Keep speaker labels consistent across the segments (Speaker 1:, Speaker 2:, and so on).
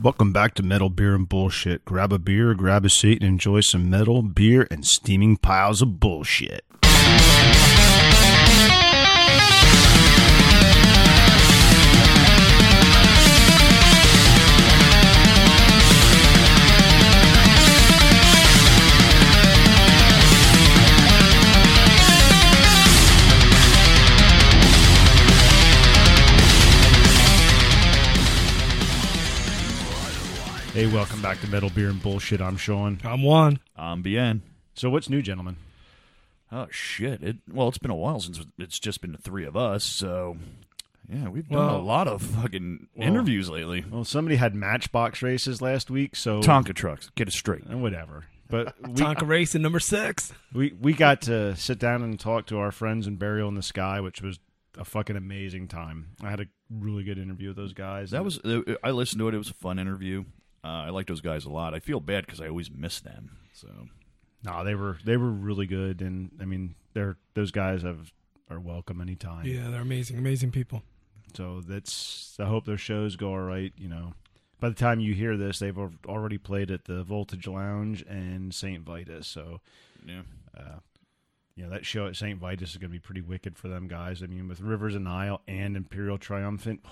Speaker 1: Welcome back to Metal Beer and Bullshit. Grab a beer, grab a seat, and enjoy some metal, beer, and steaming piles of bullshit. Hey, welcome back to Metal Beer and Bullshit. I'm Sean.
Speaker 2: I'm Juan.
Speaker 3: I'm BN.
Speaker 1: So, what's new, gentlemen?
Speaker 3: Oh shit! It, well, it's been a while since it's just been the three of us. So yeah, we've done a
Speaker 2: Well-
Speaker 3: lot of fucking
Speaker 1: Well-
Speaker 3: interviews lately.
Speaker 1: Well, somebody had matchbox races last week, so
Speaker 3: Tonka trucks, get it straight.
Speaker 1: Eh, whatever. But we,
Speaker 2: Tonka Racing number six.
Speaker 1: we we got to sit down and talk to our friends in Burial in the Sky, which was a fucking amazing time. I had a really good interview with those guys.
Speaker 3: That was uh, I listened to it. It was a fun interview. Uh, I like those guys a lot. I feel bad because I always miss them. So
Speaker 1: no, they were they were really good, and I mean, they're those guys have are welcome anytime.
Speaker 2: Yeah, they're amazing, amazing people.
Speaker 1: So that's I hope their shows go all right. You know, by the time you hear this, they've al- already played at the Voltage Lounge and Saint Vitus. So uh,
Speaker 3: yeah,
Speaker 1: you know that show at Saint Vitus is going to be pretty wicked for them guys. I mean, with Rivers and Nile and Imperial Triumphant.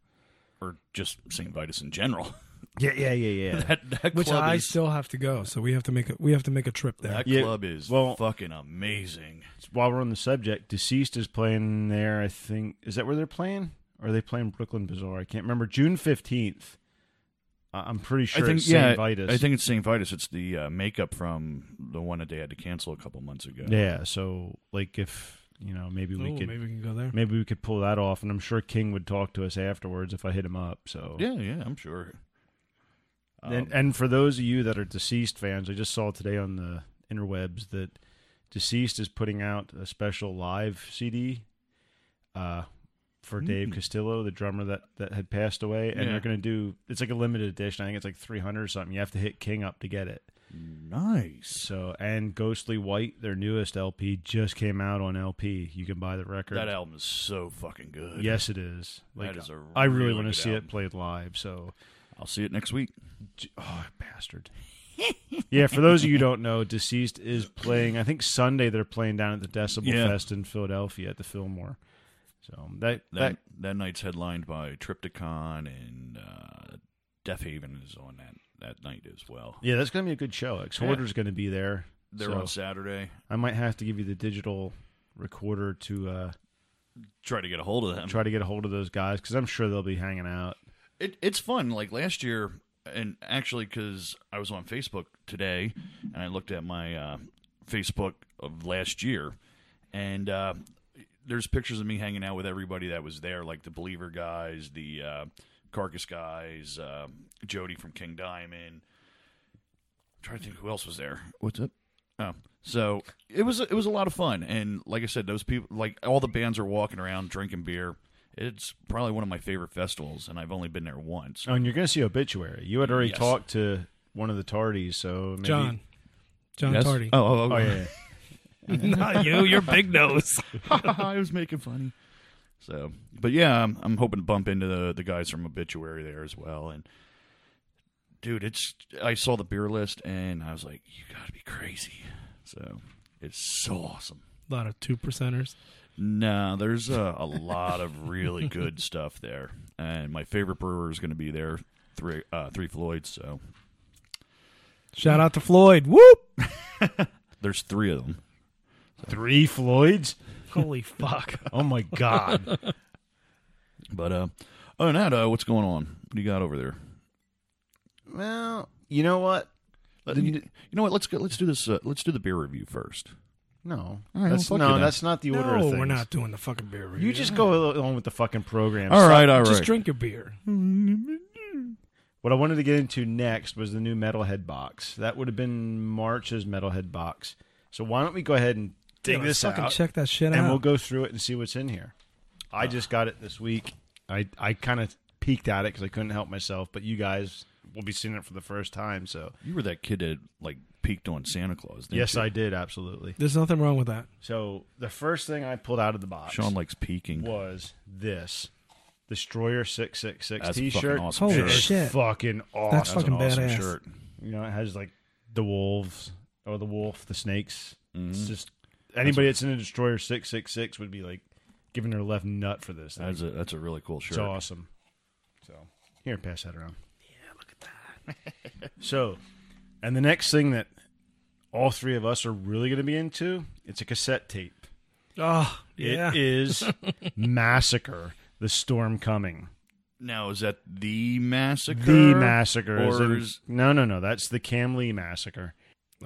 Speaker 3: or just St. Vitus in general.
Speaker 1: Yeah, yeah, yeah, yeah.
Speaker 3: that that
Speaker 2: Which
Speaker 3: club
Speaker 2: I
Speaker 3: is
Speaker 2: still have to go, so we have to make a we have to make a trip there.
Speaker 3: that
Speaker 1: Yeah,
Speaker 3: club is
Speaker 1: well-
Speaker 3: fucking amazing.
Speaker 1: While we're on the subject, Deceased is playing there. I think is that where they're playing? Or are they playing Brooklyn Bazaar? I can't remember. June fifteenth. I'm pretty sure
Speaker 3: I think
Speaker 1: it's Saint
Speaker 3: yeah,
Speaker 1: Vitus.
Speaker 3: I think it's St. Vitus. It's the uh, makeup from the one that they had to cancel a couple months ago.
Speaker 1: yeah. So like, if you know, maybe we
Speaker 3: Oh,
Speaker 2: Ooh,
Speaker 1: could
Speaker 2: maybe we can go there.
Speaker 1: maybe we could pull that off and i'm sure king would talk to us afterwards if i hit him up so Um,
Speaker 3: yeah, yeah. I'm sure.
Speaker 1: and, and for those of you that are deceased fans i just saw today on the interwebs that deceased is putting out a special live cd uh, for dave castillo the drummer that, that had passed away and
Speaker 3: Hmm. Yeah.
Speaker 1: they're going to do it's like a limited edition i think it's like 300 or something you have to hit king up to get it
Speaker 3: Um, Nice.
Speaker 1: so and ghostly white their newest lp just came out on lp you can buy the record
Speaker 3: That album is so fucking good.
Speaker 1: yes it is like
Speaker 3: That is a
Speaker 1: i really,
Speaker 3: really
Speaker 1: want to
Speaker 3: good
Speaker 1: see
Speaker 3: album.
Speaker 1: it played live so
Speaker 3: I'll see it next week.
Speaker 1: J- Oh, bastard. yeah, for those of you who don't know, Deceased is playing, I think Sunday they're playing down at the Decibel
Speaker 3: Yeah.
Speaker 1: Fest in Philadelphia at the Fillmore. So that,
Speaker 3: That
Speaker 1: that
Speaker 3: that night's headlined by Triptychon and uh, Death Haven is on that that night as well.
Speaker 1: yeah, that's going to be a good show. Exhorter's going to be there.
Speaker 3: They're
Speaker 1: so
Speaker 3: on Saturday.
Speaker 1: I might have to give you the digital recorder to uh,
Speaker 3: Try to get a hold of them.
Speaker 1: try to get a hold of those guys because I'm sure they'll be hanging out.
Speaker 3: It, it's fun. Like last year, and actually, because I was on Facebook today, and I looked at my uh, Facebook of last year, and uh, there's pictures of me hanging out with everybody that was there, like the Believer guys, the uh, Carcass guys, uh, Jody from King Diamond. I'm trying to think who else was there. What's up? Oh, so it was it was a lot of fun, and like I said, those people, like all the bands, are walking around drinking beer. It's probably one of my favorite festivals, and I've only been there once.
Speaker 1: Oh, and you're going to see Obituary. You had already
Speaker 3: Yes.
Speaker 1: talked to one of the tardies, so maybe.
Speaker 2: John, John
Speaker 3: Yes?
Speaker 2: Tardy.
Speaker 3: Oh, oh, oh,
Speaker 1: Oh, yeah.
Speaker 2: Not you, you're big nose.
Speaker 3: I was making funny. So, but yeah, I'm, I'm hoping to bump into the, the guys from Obituary there as well. And dude, it's I saw the beer list and I was like, you got to be crazy. So it's so awesome.
Speaker 2: A lot of two percenters.
Speaker 3: Nah, there's a, a lot of really good stuff there, and my favorite brewer is going to be there, three uh, three Floyds. So
Speaker 2: Shout out to Floyd. Whoop!
Speaker 3: there's three of them.
Speaker 1: Three Floyds?
Speaker 2: Holy fuck!
Speaker 1: Oh, my God.
Speaker 3: But uh, other than that, uh, what's going on? What do you got over there?
Speaker 1: well, you know what?
Speaker 3: Let- you, you know what? Let's go. Let's do this. Uh, let's do the beer review first.
Speaker 1: No,
Speaker 3: well,
Speaker 1: that's,
Speaker 3: fuck you
Speaker 1: no,
Speaker 3: then.
Speaker 1: that's not the order of
Speaker 2: no,
Speaker 1: things.
Speaker 2: we're not doing the fucking beer review.
Speaker 1: You just go along with the fucking program.
Speaker 3: All right, all right.
Speaker 2: Just drink your beer.
Speaker 1: What I wanted to get into next was the new Metalhead box. That would have been March's Metalhead box. So why don't we go ahead and dig
Speaker 2: Yeah,
Speaker 1: this
Speaker 2: fucking
Speaker 1: out,
Speaker 2: check that shit
Speaker 1: and
Speaker 2: out.
Speaker 1: we'll go through it and see what's in here. I just got it this week. I I kind of peeked at it because I couldn't help myself. But you guys will be seeing it for the first time. So
Speaker 3: You were that kid that like peaked on Santa Claus. Didn't
Speaker 1: yes,
Speaker 3: you?
Speaker 1: I did absolutely.
Speaker 2: There's nothing wrong with that.
Speaker 1: So the first thing I pulled out of the box
Speaker 3: Sean likes peaking.
Speaker 1: was this. Destroyer six six six
Speaker 3: That's a
Speaker 1: t
Speaker 3: fucking
Speaker 1: shirt.
Speaker 3: awesome
Speaker 2: Holy
Speaker 3: shirt.
Speaker 1: It's
Speaker 2: shit.
Speaker 1: fucking awesome.
Speaker 2: That's fucking
Speaker 3: an awesome
Speaker 2: badass.
Speaker 3: shirt.
Speaker 1: you know, it has like the wolves or the wolf, the snakes. It's
Speaker 3: Mhm.
Speaker 1: just anybody that's in a Destroyer six six six would be like giving their left nut for this. Thing.
Speaker 3: That's a that's a really cool shirt.
Speaker 1: It's awesome. So here, pass that around. Yeah, look at that. so, and the next thing that all three of us are really going to be into, it's a cassette tape.
Speaker 2: Oh, yeah.
Speaker 1: It is Massacre, The Storm Coming.
Speaker 3: Now is that the massacre?
Speaker 1: The Massacre. is
Speaker 3: Or
Speaker 1: in-
Speaker 3: is-
Speaker 1: no, no, no. That's the Cam Lee Massacre.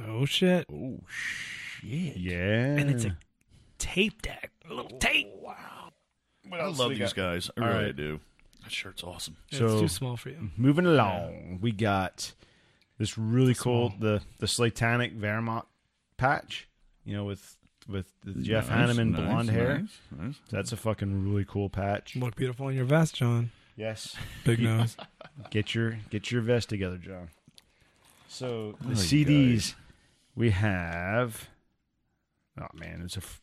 Speaker 2: oh, shit.
Speaker 3: Oh shit!
Speaker 1: Yeah.
Speaker 2: And it's a tape deck. A little tape. Wow.
Speaker 3: I love these guys. I
Speaker 1: All
Speaker 3: really
Speaker 1: right.
Speaker 3: do. That shirt's awesome.
Speaker 1: So-
Speaker 2: it's too small for you.
Speaker 1: Moving along, we got this really cool
Speaker 2: small.
Speaker 1: the the Slatanic Wehrmacht patch, you know, with with the Jeff
Speaker 3: Nice,
Speaker 1: Hanneman
Speaker 3: nice,
Speaker 1: blonde hair.
Speaker 3: nice, nice.
Speaker 1: That's a fucking really cool patch.
Speaker 2: Look beautiful in your vest, John.
Speaker 1: Yes,
Speaker 2: Big nose.
Speaker 1: get your get your vest together, John. So the
Speaker 3: Oy,
Speaker 1: CDs we have. Oh man, it's a. F-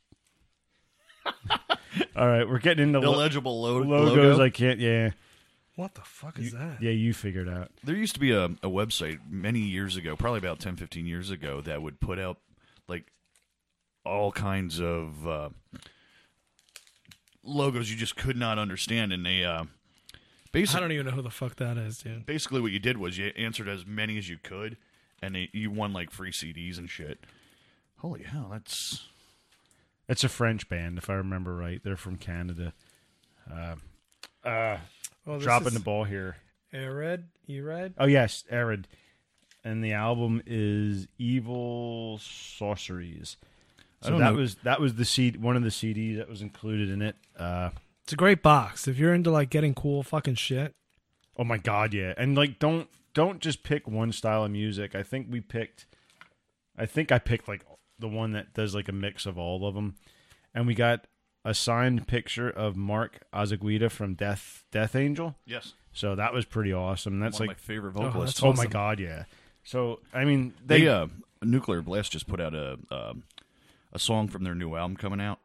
Speaker 1: All right, we're getting into lo-
Speaker 3: Illegible lo-
Speaker 1: logos.
Speaker 3: logo.
Speaker 1: I can't. Yeah,
Speaker 2: What the fuck is that?
Speaker 1: yeah, you figured out.
Speaker 3: there used to be a, a website many years ago, probably about 10, 15 years ago, that would put out like all kinds of uh, logos you just could not understand, and they uh,
Speaker 2: I
Speaker 3: basically
Speaker 2: don't even know who the fuck that is, dude.
Speaker 3: basically what you did was you answered as many as you could, and they, you won like free CDs and shit. Holy hell, that's
Speaker 1: It's a French band, if I remember right. They're from Canada. Uh, uh,
Speaker 2: Oh,
Speaker 1: dropping the ball here.
Speaker 2: Arid? Erid?
Speaker 1: Oh yes, Arid, and the album is Evil Sorceries.
Speaker 3: I
Speaker 1: So
Speaker 3: don't
Speaker 1: that
Speaker 3: know.
Speaker 1: was that was the CD, one of the CDs that was included in it. Uh,
Speaker 2: It's a great box. If you're into like getting cool fucking shit,
Speaker 1: oh my god, yeah, and like don't don't just pick one style of music. I think we picked, I think I picked like the one that does like a mix of all of them, and we got a signed picture of Mark Azaguida from Death Death Angel.
Speaker 3: yes,
Speaker 1: So that was pretty awesome. That's
Speaker 3: one
Speaker 1: like,
Speaker 3: of my favorite
Speaker 2: that's
Speaker 3: vocalists.
Speaker 1: oh my
Speaker 2: awesome.
Speaker 1: god, yeah. So I mean,
Speaker 3: They,
Speaker 1: they,
Speaker 3: uh, Nuclear Blast just put out a um, a song from their new album coming out.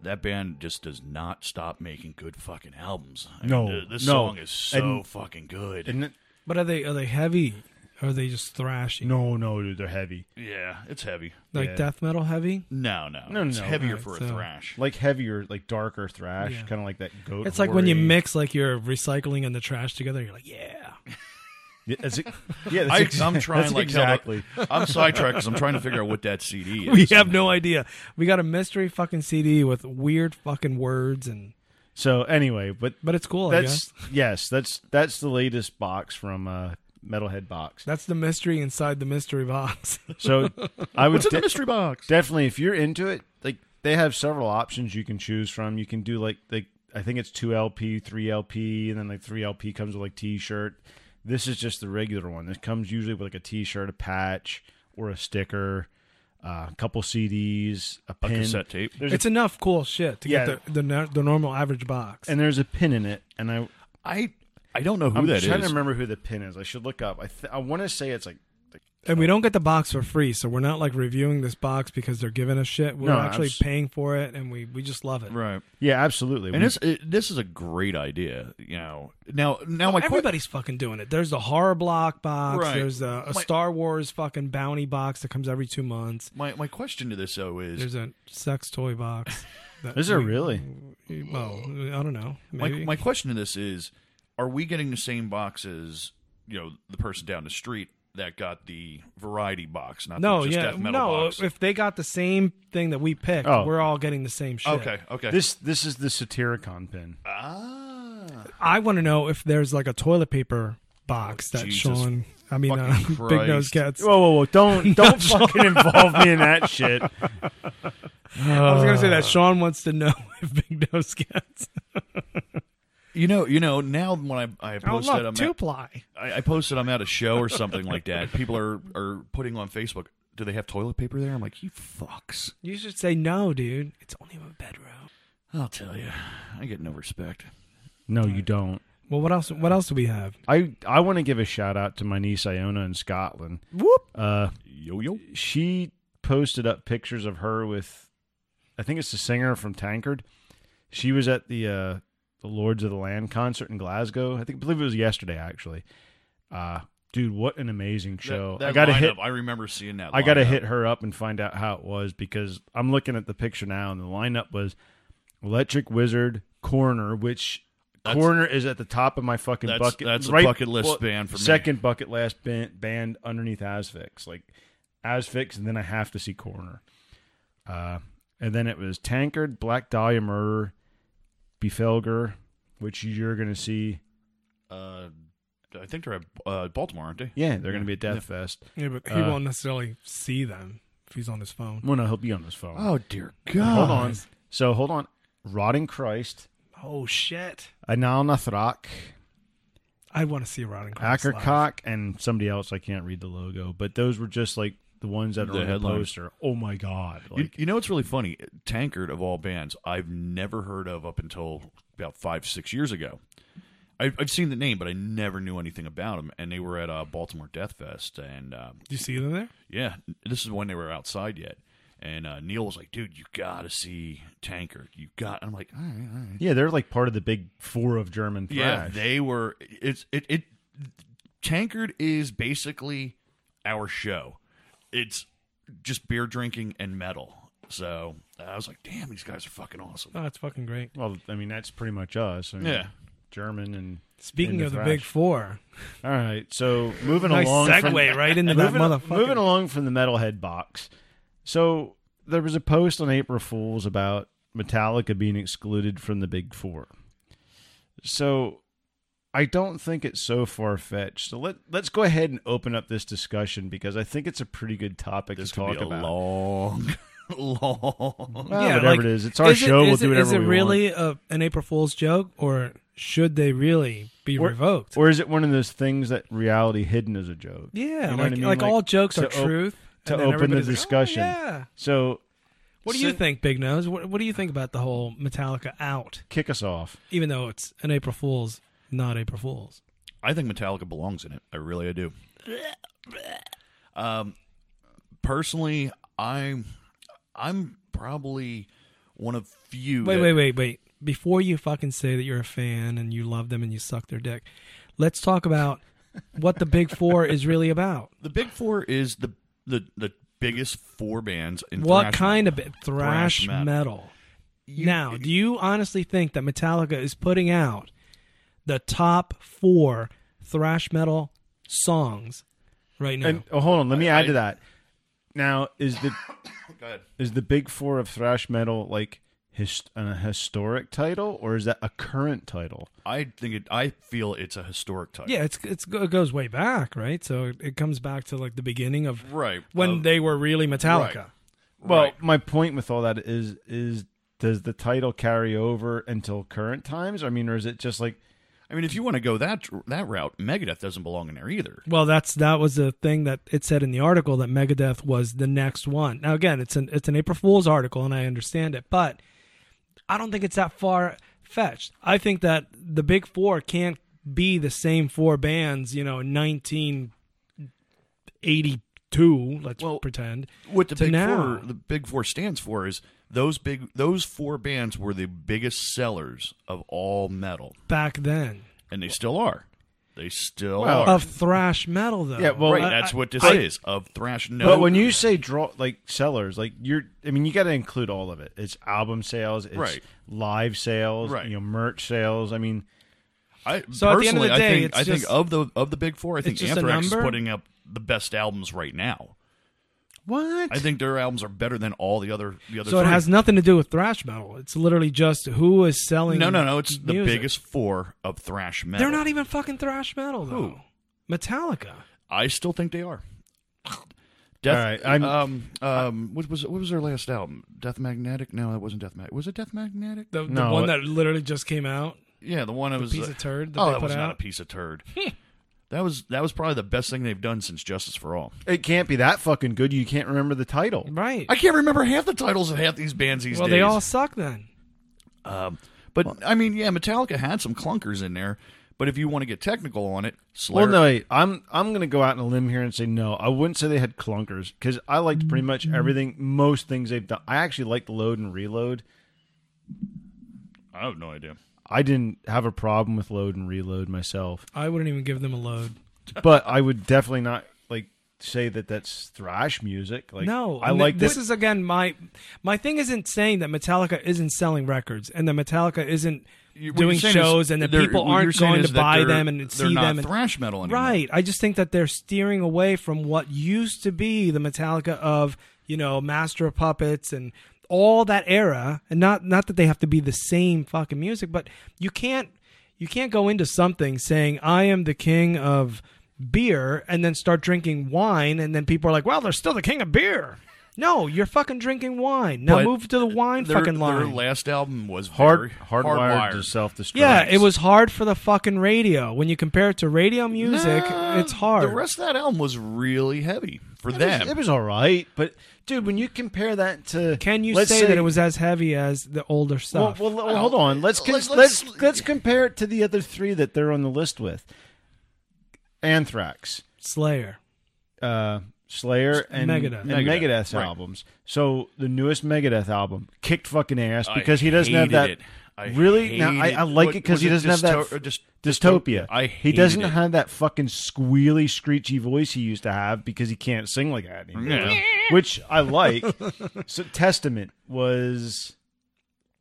Speaker 3: That band just does not stop making good fucking albums. I mean,
Speaker 1: No,
Speaker 3: th- this
Speaker 1: no.
Speaker 3: song is so
Speaker 1: And-
Speaker 3: fucking good.
Speaker 1: and it-
Speaker 2: but are they are they heavy? Or are they just thrashy?
Speaker 1: no, no, dude, they're heavy,
Speaker 3: yeah, it's heavy.
Speaker 2: like
Speaker 1: yeah.
Speaker 2: death metal heavy.
Speaker 3: No, no,
Speaker 1: No,
Speaker 3: it's
Speaker 1: no.
Speaker 3: heavier
Speaker 2: Alright,
Speaker 3: for a
Speaker 2: so-
Speaker 3: thrash.
Speaker 1: like heavier, like darker thrash,
Speaker 2: Yeah.
Speaker 1: kind of like that goat.
Speaker 2: It's like when you
Speaker 1: hoary-
Speaker 2: mix like your recycling and the trash together. You're like, yeah,
Speaker 1: Yeah, that's it- yeah, that's
Speaker 3: I,
Speaker 1: ex-
Speaker 3: I'm trying
Speaker 1: that's
Speaker 3: like hell to-
Speaker 1: exactly.
Speaker 3: I'm sidetracked because I'm trying to figure out what that CD is.
Speaker 2: we have no idea. We got a mystery fucking CD with weird fucking words and,
Speaker 1: So anyway, but
Speaker 2: but it's cool. I guess
Speaker 1: that's yes, that's that's the latest box from uh, Metalhead Box.
Speaker 2: that's the mystery inside the mystery box.
Speaker 1: So I would
Speaker 3: What's in the
Speaker 1: de-
Speaker 3: mystery box?
Speaker 1: definitely if you're into it like they have several options you can choose from you can do like like i think it's 2lp 3lp and then like 3lp comes with like t-shirt this is just the regular one this comes usually with like a t-shirt a patch or a sticker uh, a couple cds a
Speaker 3: A
Speaker 1: pin
Speaker 3: cassette tape.
Speaker 1: There's
Speaker 2: it's enough cool shit to
Speaker 1: Yeah.
Speaker 2: get the, the no- the normal average box.
Speaker 1: and there's a pin in it and i
Speaker 3: I I don't know who
Speaker 1: i'm
Speaker 3: that is.
Speaker 1: trying to remember who the pin is i should look up i th- i want to say it's like
Speaker 2: And we don't get the box for free, so we're not like reviewing this box because they're giving us shit. We're
Speaker 1: No,
Speaker 2: actually
Speaker 1: abs-
Speaker 2: paying for it, and we, we just love it.
Speaker 3: Right,
Speaker 1: yeah absolutely
Speaker 3: and
Speaker 1: We-
Speaker 3: this it, this is a great idea. You know, now now my que-
Speaker 2: Everybody's fucking doing it. There's the horror block box.
Speaker 3: Right.
Speaker 2: There's a, a
Speaker 3: My-
Speaker 2: Star Wars fucking bounty box that comes every two months.
Speaker 3: my my question to this though is
Speaker 2: There's a sex toy box. that
Speaker 1: is there
Speaker 2: we-
Speaker 1: really
Speaker 2: Well, I don't know.
Speaker 3: My,
Speaker 2: Maybe.
Speaker 3: my question to this is: Are we getting the same box as you know the person down the street that got the variety box, not
Speaker 2: no,
Speaker 3: the just
Speaker 2: yeah,
Speaker 3: death metal
Speaker 2: no.
Speaker 3: box?
Speaker 2: If they got the same thing that we picked,
Speaker 1: Oh.
Speaker 2: we're all getting the same shit.
Speaker 3: okay, okay.
Speaker 1: this this is the satiricon pin
Speaker 3: ah,
Speaker 2: I want to know if there's like a toilet paper box that
Speaker 3: Jesus
Speaker 2: Sean. I mean, uh,
Speaker 3: fucking
Speaker 2: Big Nose
Speaker 3: Christ.
Speaker 2: gets.
Speaker 1: Whoa, whoa, whoa! Don't don't fucking involve me in that shit.
Speaker 2: I was gonna say
Speaker 1: Uh.
Speaker 2: that Sean wants to know if Big Nose gets.
Speaker 3: you know, you know. Now when I I
Speaker 2: Oh
Speaker 3: post that
Speaker 2: look,
Speaker 3: I'm
Speaker 2: two
Speaker 3: at,
Speaker 2: ply.
Speaker 3: I, I posted I'm at a show or something like that. People are are putting on Facebook. Do they have toilet paper there? I'm like, you fucks.
Speaker 2: You should say no, dude. It's only my bedroom.
Speaker 3: I'll tell you, I get no respect.
Speaker 1: No, you don't.
Speaker 2: Well, what else? What else do we have?
Speaker 1: I I want to give a shout out to my niece Iona in Scotland.
Speaker 2: Whoop.
Speaker 1: Uh,
Speaker 3: Yo yo.
Speaker 1: she posted up pictures of her with, I think it's the singer from Tankard. She was at the uh, the Lords of the Land concert in Glasgow. I think believe it was yesterday actually. Uh dude, what an amazing show!
Speaker 3: That-
Speaker 1: I
Speaker 3: that
Speaker 1: got to
Speaker 3: lineup,
Speaker 1: hit.
Speaker 3: I remember seeing that.
Speaker 1: I got to
Speaker 3: lineup.
Speaker 1: hit her up and find out how it was because I'm looking at the picture now and the lineup was Electric Wizard, Corner, which
Speaker 3: That's-
Speaker 1: Corner is at the top of my fucking
Speaker 3: That's-
Speaker 1: bucket.
Speaker 3: that's a
Speaker 1: right,
Speaker 3: bucket list band for me.
Speaker 1: second bucket last band, band underneath Asfix, like Asfix, and then I have to see Corner. Uh, and then it was Tankard, Black Dahlia Murder, Befelger, which you're gonna see.
Speaker 3: Uh, I think they're at uh, Baltimore, aren't they?
Speaker 1: Yeah, they're gonna be at Death
Speaker 3: Yeah.
Speaker 1: Fest.
Speaker 2: Yeah, but he
Speaker 1: Uh,
Speaker 2: won't necessarily see them if he's on his phone.
Speaker 1: Well, no, he'll be on his phone.
Speaker 3: dear
Speaker 1: hold on. So hold on. Rotting Christ.
Speaker 2: Oh shit!
Speaker 1: Anal Nathrak,
Speaker 2: I want to see Rodden Cross live.
Speaker 1: Ackercock, and somebody else. I can't read the logo, but those were just like the ones that are on
Speaker 3: The
Speaker 1: the
Speaker 3: headlines.
Speaker 1: poster. Oh my god!
Speaker 3: You,
Speaker 1: Like,
Speaker 3: you know what's really funny? Tankard of all bands, I've never heard of up until about five, six years ago. I've, I've seen the name, but I never knew anything about them. And they were at uh, Baltimore Death Fest, and uh,
Speaker 2: Do you see them there?
Speaker 3: yeah, this is when they were outside yet. And uh, Neil was like, "Dude, you gotta see Tankard. You got." I'm like, "Ah, "All right, all right."
Speaker 1: yeah, they're like part of the big four of German
Speaker 3: Yeah,
Speaker 1: thrash.
Speaker 3: they were. It's it it. Tankard is basically our show. It's just beer drinking and metal. So I was like, "Damn, these guys are fucking awesome."
Speaker 2: Oh, that's fucking great.
Speaker 1: well, I mean that's pretty much us. I mean,
Speaker 3: Yeah.
Speaker 1: German and
Speaker 2: Speaking
Speaker 1: and
Speaker 2: of the big four,
Speaker 1: All right, so moving
Speaker 2: nice
Speaker 1: along.
Speaker 2: segue
Speaker 1: from-
Speaker 2: right into that
Speaker 1: moving,
Speaker 2: motherfucker.
Speaker 1: moving along from the metalhead box. So there was a post on April Fools about Metallica being excluded from the Big Four. So I don't think it's so far fetched. So let let's go ahead and open up this discussion because I think it's a pretty good topic
Speaker 3: This
Speaker 1: to
Speaker 3: could
Speaker 1: talk
Speaker 3: be a
Speaker 1: about.
Speaker 3: long, long.
Speaker 1: Well,
Speaker 2: Yeah,
Speaker 1: whatever
Speaker 2: like,
Speaker 1: it is, it's our
Speaker 2: is it-
Speaker 1: show. we'll
Speaker 2: is
Speaker 1: do
Speaker 2: it-
Speaker 1: whatever
Speaker 2: Is it
Speaker 1: we want.
Speaker 2: really a, an April Fool's joke, or should they really be
Speaker 1: Or-
Speaker 2: revoked?
Speaker 1: Or is it one of those things that reality hidden as a joke?
Speaker 2: yeah,
Speaker 1: you know
Speaker 2: like,
Speaker 1: what I mean?
Speaker 2: like,
Speaker 1: Like,
Speaker 2: all jokes
Speaker 1: to
Speaker 2: are
Speaker 1: op-
Speaker 2: truth.
Speaker 1: to
Speaker 2: and then
Speaker 1: open the
Speaker 2: everybody's like, "Oh,
Speaker 1: discussion."
Speaker 2: yeah.
Speaker 1: So
Speaker 2: What do you
Speaker 1: so-
Speaker 2: think, Big Nose? What, what do you think about the whole Metallica out?
Speaker 1: Kick us off.
Speaker 2: Even though it's an April Fool's, not April Fool's.
Speaker 3: I think Metallica belongs in it. I really I do. Um, personally, I'm I'm probably one of few.
Speaker 2: Wait,
Speaker 3: that-
Speaker 2: wait, wait, wait. Before you fucking say that you're a fan and you love them and you suck their dick, let's talk about what the Big Four is really about.
Speaker 3: The Big Four is the the the biggest four bands in
Speaker 2: what
Speaker 3: thrash
Speaker 2: kind
Speaker 3: metal.
Speaker 2: of bi- thrash,
Speaker 3: Thrash metal.
Speaker 2: metal? now, do you honestly think that Metallica is putting out the top four thrash metal songs right now?
Speaker 1: And oh, hold on, let me
Speaker 3: I-
Speaker 1: add to that. Now, is the
Speaker 3: Go ahead.
Speaker 1: is the big four of thrash metal like his, a historic title or is that a current title?
Speaker 3: I think it. I feel it's a historic title.
Speaker 2: yeah, it's it's it goes way back, right? So it, it comes back to like the beginning of
Speaker 3: Right.
Speaker 2: when
Speaker 3: of-
Speaker 2: they were really Metallica.
Speaker 3: Right.
Speaker 1: Well,
Speaker 3: Right.
Speaker 1: my point with all that is is does the title carry over until current times? I mean, or is it just like
Speaker 3: I mean, if you want to go that that route, Megadeth doesn't belong in there either.
Speaker 2: Well, that's that was the thing that it said in the article that Megadeth was the next one. Now, again, it's an it's an April Fool's article, and I understand it, but I don't think it's that far fetched. I think that the Big Four can't be the same four bands, you know, in 1982. Let's
Speaker 3: Well,
Speaker 2: pretend.
Speaker 3: What the
Speaker 2: to
Speaker 3: Big
Speaker 2: now.
Speaker 3: Four, the Big Four stands for is those big those four bands were the biggest sellers of all metal,
Speaker 2: back then
Speaker 3: and they still are. They still
Speaker 1: Well,
Speaker 3: are.
Speaker 2: of thrash metal, though.
Speaker 1: Yeah, well,
Speaker 3: right,
Speaker 1: I-
Speaker 3: that's what this
Speaker 1: I-
Speaker 3: is of thrash. No,
Speaker 1: But when you say draw like sellers, like you're I mean, you got to include all of it. It's album sales, it's
Speaker 3: Right.
Speaker 1: live sales,
Speaker 3: Right.
Speaker 1: you know, merch sales. I mean,
Speaker 3: I
Speaker 2: So at the end of
Speaker 3: personally,
Speaker 2: the day,
Speaker 3: I think,
Speaker 2: it's
Speaker 3: I think
Speaker 2: just-
Speaker 3: of the of the big four, I think
Speaker 2: just a
Speaker 3: Anthrax is
Speaker 2: number?
Speaker 3: putting up the best albums right now.
Speaker 1: what?
Speaker 3: I think their albums are better than all the other the other.
Speaker 2: so it
Speaker 3: three.
Speaker 2: has nothing to do with thrash metal. It's literally just who is selling.
Speaker 3: no, no, no. It's the
Speaker 2: music.
Speaker 3: biggest four of thrash metal.
Speaker 2: They're not e- even fucking thrash metal though. Metallica.
Speaker 3: I still think they are. Death.
Speaker 1: All right, I'm-
Speaker 3: um, um, what was what was their last album? Death Magnetic? No, that wasn't Death Magnetic. Was it Death Magnetic?
Speaker 2: The, the
Speaker 1: No,
Speaker 2: one
Speaker 1: it-
Speaker 2: that literally just came out.
Speaker 3: Yeah, the one that was
Speaker 2: piece
Speaker 3: uh,
Speaker 2: of turd that
Speaker 3: oh,
Speaker 2: they
Speaker 3: that
Speaker 2: put
Speaker 3: was not
Speaker 2: out? Hmm.
Speaker 3: a piece of turd. that was that was probably the best thing they've done since Justice for All.
Speaker 1: it can't be that fucking good. You can't remember the title.
Speaker 2: Right.
Speaker 3: I can't remember half the titles of half these bands these
Speaker 2: well,
Speaker 3: days.
Speaker 2: they all suck then.
Speaker 3: Um, but I mean, yeah, Metallica had some clunkers in there. But if you want to get technical on it, Slayer.
Speaker 1: Well, no, wait, I'm I'm going to go out on a limb here and say no. I wouldn't say they had clunkers because I liked pretty much
Speaker 2: Mm.
Speaker 1: everything, most things they've done. I actually liked Load and Reload.
Speaker 3: I have no idea.
Speaker 1: I didn't have a problem with load and reload myself,
Speaker 2: I wouldn't even give them a load.
Speaker 1: but I would definitely not like say that that's thrash music. Like
Speaker 2: no,
Speaker 1: I
Speaker 2: and
Speaker 1: like
Speaker 2: this
Speaker 1: that-
Speaker 2: is again my my thing isn't saying that Metallica isn't selling records and that Metallica isn't
Speaker 3: You- what you're
Speaker 2: doing
Speaker 3: saying is
Speaker 2: shows and that
Speaker 3: they're-
Speaker 2: people
Speaker 3: what you're
Speaker 2: aren't
Speaker 3: saying
Speaker 2: going
Speaker 3: is
Speaker 2: to
Speaker 3: that
Speaker 2: buy
Speaker 3: they're-
Speaker 2: them and
Speaker 3: they're
Speaker 2: see
Speaker 3: not
Speaker 2: them and
Speaker 3: thrash metal anymore.
Speaker 2: Right. I just think that they're steering away from what used to be the Metallica of, you know, Master of Puppets and all that era. And not not that they have to be the same fucking music, but you can't you can't go into something saying I am the king of beer and then start drinking wine and then people are like, "Well, they're still the king of beer." No, you're fucking drinking wine. Now
Speaker 3: But
Speaker 2: move to the wine
Speaker 3: Their,
Speaker 2: fucking line.
Speaker 3: their last album was
Speaker 1: hard
Speaker 3: very
Speaker 1: hardwired
Speaker 3: hardwired.
Speaker 1: to self destruct.
Speaker 2: yeah, it was hard for the fucking radio. When you compare it to radio music,
Speaker 3: Nah,
Speaker 2: it's hard.
Speaker 3: The rest of that album was really heavy for
Speaker 1: It
Speaker 3: them.
Speaker 1: was, it was all right, but dude, when you compare that to,
Speaker 2: Can you
Speaker 1: let's
Speaker 2: say, that it was as heavy as the older
Speaker 1: Well,
Speaker 2: stuff?
Speaker 1: well, hold on. Let's con-
Speaker 3: let's-
Speaker 1: let's,
Speaker 3: let's-
Speaker 1: let's compare it to the other three that they're on the list with: Anthrax,
Speaker 2: Slayer.
Speaker 1: uh, Slayer, and
Speaker 2: Megadeth.
Speaker 1: and
Speaker 3: Megadeth,
Speaker 1: Megadeth's
Speaker 3: right.
Speaker 1: albums. So the newest Megadeth album kicked fucking ass
Speaker 3: I
Speaker 1: because he doesn't have
Speaker 3: hated
Speaker 1: that.
Speaker 3: it. I
Speaker 1: really? Now, I-
Speaker 3: hated-
Speaker 1: I like
Speaker 3: what-
Speaker 1: it 'cause
Speaker 3: was
Speaker 1: he doesn't have that
Speaker 3: dysto-
Speaker 1: f-
Speaker 3: or dys-
Speaker 1: Dystopia.
Speaker 3: I
Speaker 1: he
Speaker 3: hated
Speaker 1: doesn't
Speaker 3: it.
Speaker 1: have that fucking squealy, screechy voice he used to have because he can't sing like that anymore.
Speaker 3: Yeah.
Speaker 1: Which I like. so Testament was,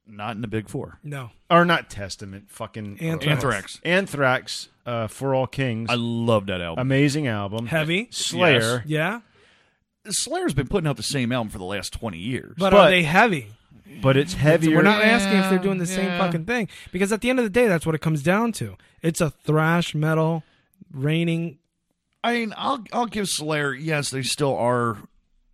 Speaker 3: Not in the big four.
Speaker 2: No.
Speaker 1: or not Testament, fucking
Speaker 2: Anthrax.
Speaker 3: Anthrax.
Speaker 1: Anthrax, uh, For All Kings,
Speaker 3: I love that album.
Speaker 1: amazing album.
Speaker 2: Heavy.
Speaker 1: Slayer.
Speaker 2: Yeah.
Speaker 3: Slayer's been putting out the same album for the last twenty years.
Speaker 2: Um, But,
Speaker 1: But-
Speaker 2: are they heavy?
Speaker 1: but it's heavier.
Speaker 2: We're not asking if they're doing the same
Speaker 3: yeah.
Speaker 2: fucking thing because at the end of the day, that's what it comes down to. It's a thrash metal raining.
Speaker 3: I mean, I'll I'll give Slayer. Yes, they still are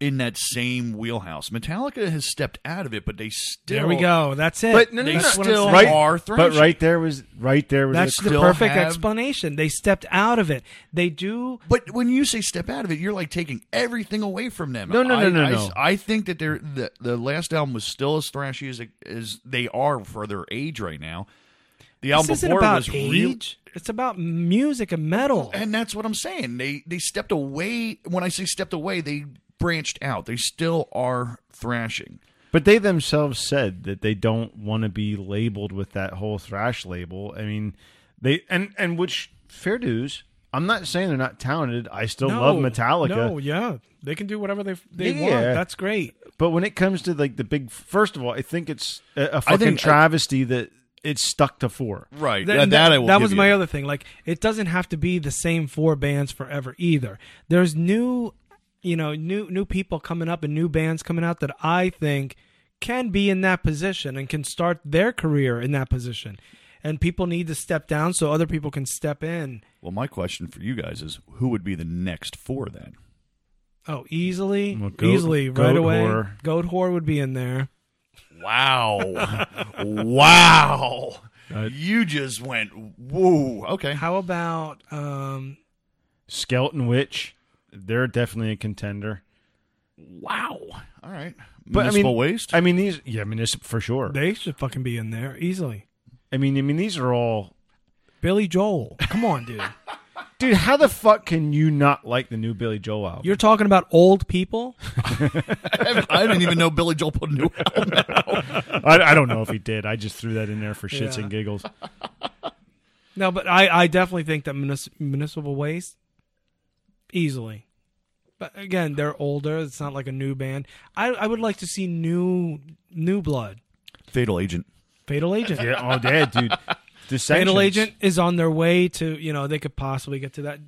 Speaker 3: in that same wheelhouse. Metallica has stepped out of it, but they still.
Speaker 2: There we go. That's it.
Speaker 1: But no, no,
Speaker 3: They
Speaker 1: no.
Speaker 2: That's what I'm
Speaker 3: still
Speaker 2: saying.
Speaker 1: right,
Speaker 3: are
Speaker 1: but
Speaker 3: thrashing.
Speaker 1: right there was right there was
Speaker 2: That's
Speaker 1: the-
Speaker 2: the
Speaker 3: still
Speaker 2: perfect
Speaker 3: have-
Speaker 2: explanation. They stepped out of it. They do.
Speaker 3: But when you say step out of it, you're like taking everything away from them.
Speaker 1: No, no,
Speaker 3: I,
Speaker 1: no, no,
Speaker 3: I,
Speaker 1: no.
Speaker 3: I think that they're the, the last album was still as thrashy as, it- as they are for their age right now. The album
Speaker 2: This isn't
Speaker 3: before
Speaker 2: about
Speaker 3: was real-
Speaker 2: age. It's about music and metal.
Speaker 3: and that's what I'm saying. They they stepped away. When I say stepped away, they branched out. They still are thrashing.
Speaker 1: But they themselves said that they don't want to be labeled with that whole thrash label. I mean, they and and which fair dues. I'm not saying they're not talented. I still love Metallica.
Speaker 2: No, yeah, they can do whatever they they
Speaker 1: Yeah.
Speaker 2: want. That's great.
Speaker 1: But when it comes to like the big, first of all, I think it's a, a
Speaker 3: I
Speaker 1: fucking
Speaker 3: think-
Speaker 1: travesty that it's stuck to four.
Speaker 3: Right.
Speaker 2: Th- th- was my other thing. Like, it doesn't have to be the same four bands forever either. There's new, you know, new new people coming up and new bands coming out that I think can be in that position and can start their career in that position. And people need to step down so other people can step in.
Speaker 3: Well, my question for you guys is, who would be the next four then?
Speaker 2: Oh, easily,
Speaker 1: Well, goat-
Speaker 2: easily, right
Speaker 1: goat
Speaker 2: away.
Speaker 1: whore.
Speaker 2: Goat whore would be in there.
Speaker 3: Wow, wow! you just went whoa. Okay,
Speaker 2: How about um
Speaker 1: Skeleton Witch, they're definitely a contender.
Speaker 3: wow. All right,
Speaker 1: But
Speaker 3: municipal
Speaker 1: I mean,
Speaker 3: waste.
Speaker 1: I mean these, yeah, municipal for sure.
Speaker 2: they should fucking be in there easily.
Speaker 1: I mean, I mean these are all.
Speaker 2: Billy Joel. Come on, dude.
Speaker 1: Dude, how the fuck can you not like the new Billy Joel album?
Speaker 2: You're talking about old people?
Speaker 3: I didn't even know Billy Joel put a new album. out.
Speaker 1: I, I don't know if he did. I just threw that in there for shits
Speaker 2: Yeah.
Speaker 1: and giggles.
Speaker 2: No, but I, I definitely think that munis- municipal waste easily. But again, they're older. It's not like a new band. I, I would like to see new new blood.
Speaker 3: Fatal Agent.
Speaker 2: Fatal Agent.
Speaker 1: Yeah, all dead, dude. Dissensions.
Speaker 2: Fatal Agent is on their way to you know they could possibly get to that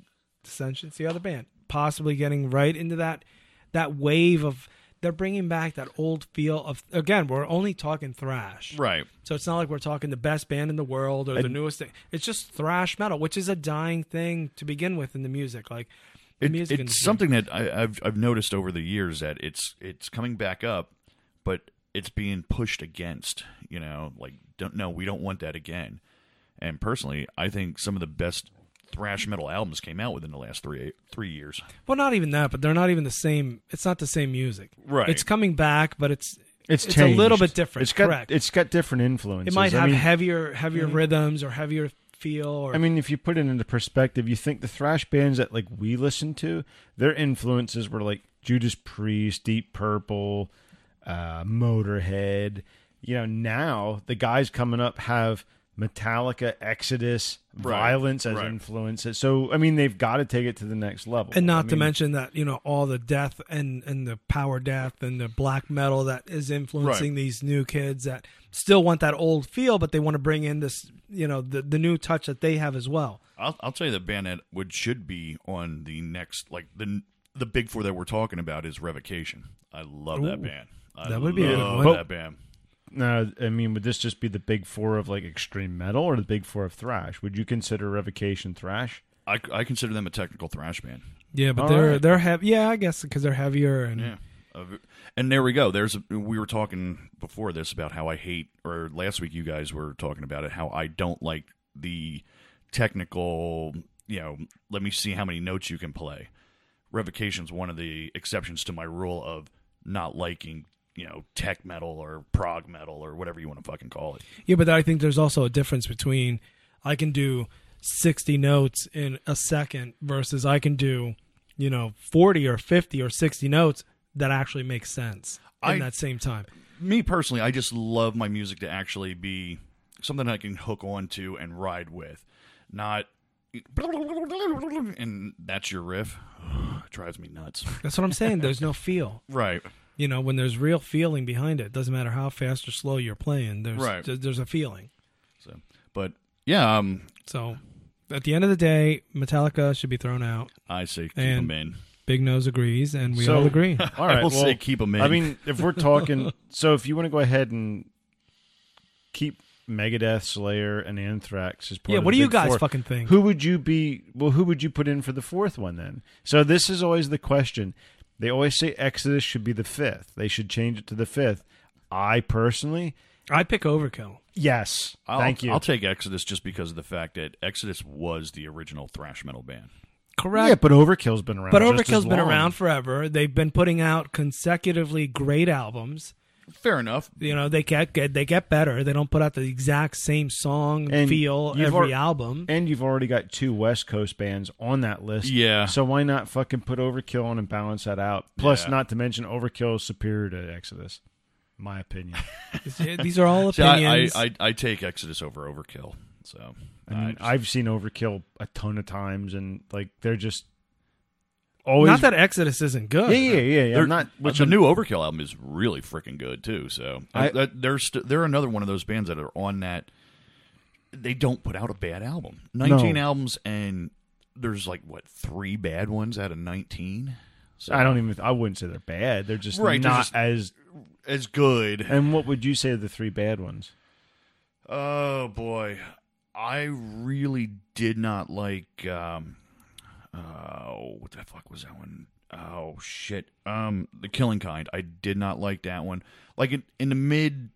Speaker 2: Dissensions, the other band, possibly getting right into that that wave of they're bringing back that old feel of again we're only talking thrash
Speaker 3: Right.
Speaker 2: So it's not like we're talking the best band in the world or the newest thing. It's just thrash metal, which is a dying thing to begin with in the music. Like the
Speaker 3: It-
Speaker 2: music
Speaker 3: it's
Speaker 2: industry.
Speaker 3: something that I, I've I've noticed over the years that it's it's coming back up, but it's being pushed against. You know, like don't no, we don't want that again. And personally, I think some of the best thrash metal albums came out within the last three three years.
Speaker 2: Well, not even that, but they're not even the same. It's not the same music.
Speaker 3: Right.
Speaker 2: It's coming back, but it's
Speaker 1: It's,
Speaker 2: it's a little
Speaker 1: changed.
Speaker 2: bit different,
Speaker 1: It's got
Speaker 2: correct.
Speaker 1: it's got different influences.
Speaker 2: it might
Speaker 1: I
Speaker 2: have
Speaker 1: mean, Mm-hmm.
Speaker 2: heavier heavier rhythms or heavier feel. Or
Speaker 1: I mean, if you put it into perspective, you think the thrash bands that like we listen to, their influences were like Judas Priest, Deep Purple, uh, Motorhead. You know, now the guys coming up have Metallica, Exodus,
Speaker 3: Right,
Speaker 1: violence as
Speaker 3: right.
Speaker 1: influences. So I mean, they've got to take it to the next level.
Speaker 2: and not
Speaker 1: I
Speaker 2: to
Speaker 1: mean,
Speaker 2: mention that you know all the death and and the power death and the black metal that is influencing these new kids that still want that old feel but they want to bring in this you know the, the new touch that they have as well
Speaker 3: I'll, I'll tell you the band that would should be on the next like the the big four that we're talking about is Revocation. I love that
Speaker 2: Ooh.
Speaker 3: band. I
Speaker 2: That would be a good
Speaker 3: love
Speaker 2: one.
Speaker 3: That band.
Speaker 1: No, I mean, would this just be the big four of like extreme metal or the big four of thrash? Would you consider Revocation thrash?
Speaker 3: I, I consider them a technical thrash band.
Speaker 2: yeah but
Speaker 1: All
Speaker 2: they're
Speaker 1: right.
Speaker 2: they're heavy yeah i guess because they're heavier and
Speaker 3: Yeah. Of- And there we go. There's a, we were talking before this about how I hate, or last week you guys were talking about it, how I don't like the technical. You know, let me see how many notes you can play. Revocation's one of the exceptions to my rule of not liking, you know, tech metal or prog metal or whatever you want to fucking call it.
Speaker 2: yeah but i think there's also a difference between i can do 60 notes in a second versus i can do you know 40 or 50 or 60 notes that actually make sense in
Speaker 3: I-
Speaker 2: that same time
Speaker 3: me personally, I just love my music to actually be something I can hook onto and ride with, not and that's your riff. It drives me nuts.
Speaker 2: that's what i'm saying there's no feel
Speaker 3: Right.
Speaker 2: you know when there's real feeling behind it doesn't matter how fast or slow you're playing there's
Speaker 3: Right.
Speaker 2: there- there's a feeling
Speaker 3: So, but yeah, um,
Speaker 2: so at the end of the day metallica should be thrown out
Speaker 3: I say keep
Speaker 2: And-
Speaker 3: them in.
Speaker 2: big nose agrees and we
Speaker 1: So-
Speaker 2: all agree
Speaker 1: All
Speaker 3: I
Speaker 1: right,
Speaker 3: will
Speaker 1: well,
Speaker 3: say keep them in.
Speaker 1: I mean, if we're talking, so if you want to go ahead and keep Megadeth, Slayer, and Anthrax as part
Speaker 2: yeah
Speaker 1: of
Speaker 2: what
Speaker 1: the
Speaker 2: do you
Speaker 1: big
Speaker 2: guys
Speaker 1: four,
Speaker 2: fucking think
Speaker 1: Who would you be? Well, who would you put in for the fourth one then? So this is always the question. They always say Exodus should be the fifth. They should change it to the fifth. I personally,
Speaker 2: i pick overkill
Speaker 1: Uh, yes.
Speaker 3: I'll,
Speaker 1: Thank you.
Speaker 3: I'll take Exodus just because of the fact that Exodus was the original thrash metal band.
Speaker 2: correct
Speaker 1: Yeah, but Overkill's been around.
Speaker 2: but
Speaker 1: just as
Speaker 2: overkill's been
Speaker 1: long.
Speaker 2: around forever they've been putting out consecutively great albums
Speaker 3: Fair enough.
Speaker 2: you know they get get- they get better they don't put out the exact same song
Speaker 1: And
Speaker 2: feel
Speaker 1: you've
Speaker 2: every
Speaker 1: al-
Speaker 2: album
Speaker 1: And you've already got two West Coast bands on that list.
Speaker 3: Yeah.
Speaker 1: So why not fucking put Overkill on and balance that out? Plus,
Speaker 3: Yeah.
Speaker 1: not to mention Overkill is superior to Exodus. My opinion.
Speaker 2: these are all
Speaker 3: See, I, I,
Speaker 2: opinions
Speaker 3: I I take Exodus over Overkill. So
Speaker 1: I mean,
Speaker 3: just-
Speaker 1: I've seen Overkill a ton of times, and like they're just always.
Speaker 2: not that exodus isn't good
Speaker 1: yeah, yeah, yeah, yeah.
Speaker 3: They're-
Speaker 1: I'm not. Which
Speaker 3: the
Speaker 1: I'm-
Speaker 3: new Overkill album is really freaking good too. So
Speaker 1: I-
Speaker 3: I, that, they're st- they're another one of those bands that are on that. They don't put out a bad album. Nineteen
Speaker 1: No.
Speaker 3: albums, and there's like what three bad ones out of nineteen. So
Speaker 1: I don't even. I wouldn't say they're bad. They're just
Speaker 3: Right, they're
Speaker 1: not
Speaker 3: just-
Speaker 1: as.
Speaker 3: as good.
Speaker 1: And what would you say are the three bad ones?
Speaker 3: Oh boy, I really did not like. Um, oh, what the fuck was that one? Oh shit. Um, the Killing Kind. I did not like that one. Like in, in the mid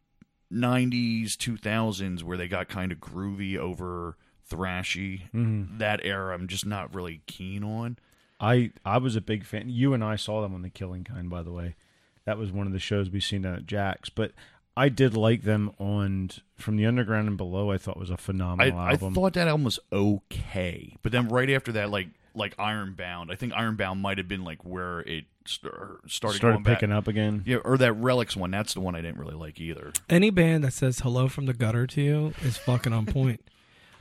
Speaker 3: '90s, 2000s, where they got kind of groovy over thrashy.
Speaker 1: Mm-hmm.
Speaker 3: That era, I'm just not really keen on.
Speaker 1: I I was a big fan. You and I saw them on The Killing Kind, by the way. That was one of the shows we seen down at Jack's. But I did like them on From the Underground and Below. I thought was a
Speaker 3: I,
Speaker 1: phenomenal
Speaker 3: I
Speaker 1: album.
Speaker 3: thought that album was okay, but then right after that, like like Ironbound, I think Ironbound might have been like where it st- er, started
Speaker 1: started
Speaker 3: going back.
Speaker 1: picking up again.
Speaker 3: Yeah, or that Relics one. That's the one I didn't really like either.
Speaker 2: any band that says hello from the gutter to you is fucking on point.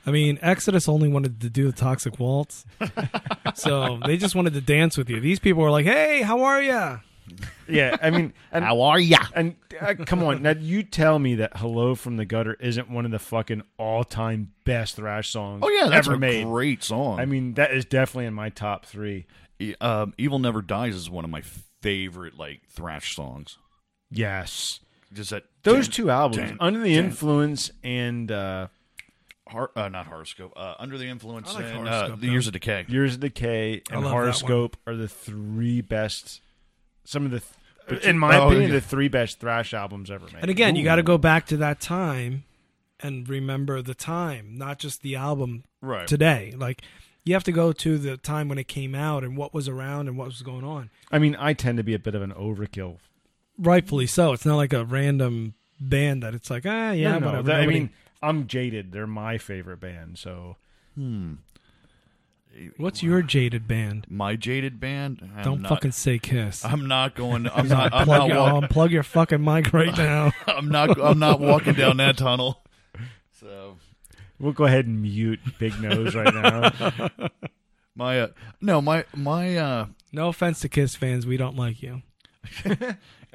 Speaker 2: I mean, Exodus only wanted to do the Toxic Waltz, so they just wanted to dance with you. These people were like, "Hey, how are ya?"
Speaker 1: Yeah, I mean, and,
Speaker 3: How are ya?
Speaker 1: and uh, come on, now you tell me that "Hello from the Gutter" isn't one of the fucking all-time best thrash songs.
Speaker 3: Oh yeah, that's
Speaker 1: ever
Speaker 3: a
Speaker 1: made.
Speaker 3: great song.
Speaker 1: I mean, that is definitely in my top three.
Speaker 3: E- um, Evil Never Dies is one of my favorite like thrash songs.
Speaker 1: Yes,
Speaker 3: Just that
Speaker 1: those
Speaker 3: dun,
Speaker 1: two albums,
Speaker 3: dun,
Speaker 1: "Under the
Speaker 3: dun.
Speaker 1: Influence" and uh,
Speaker 3: Har- uh, not Horoscope, uh, Under the Influence,
Speaker 2: I like
Speaker 3: and uh,
Speaker 2: Horoscope,
Speaker 3: The
Speaker 2: though.
Speaker 3: Years of Decay.
Speaker 1: "Years of Decay" and
Speaker 2: love that one.
Speaker 1: "Horoscope" are the three best. Some of the, th- in my
Speaker 3: oh,
Speaker 1: opinion,
Speaker 3: yeah.
Speaker 1: the three best thrash albums ever made.
Speaker 2: And again, you got to go back to that time and remember the time, not just the album
Speaker 3: Right.
Speaker 2: today. Like you have to go to the time when it came out and what was around and what was going on.
Speaker 1: I mean, I tend to be a bit of an overkill
Speaker 2: Rightfully so. It's not like a random band that it's like, ah, yeah,
Speaker 1: No, no,
Speaker 2: whatever.
Speaker 1: that- I
Speaker 2: Nobody-
Speaker 1: mean, I'm jaded. They're my favorite band. So
Speaker 2: what's your jaded band?
Speaker 3: E, My jaded band. I'm
Speaker 2: Don't
Speaker 3: not-
Speaker 2: fucking say Kiss.
Speaker 3: I'm not going. I'm not. I'm
Speaker 2: plug
Speaker 3: not.
Speaker 2: your,
Speaker 3: Walk,
Speaker 2: unplug your fucking mic right now.
Speaker 3: I'm not. I'm not walking down that tunnel. So
Speaker 1: We'll go ahead and mute Big Nose right now.
Speaker 3: My uh, no, my my uh,
Speaker 2: No offense to Kiss fans, we don't like you.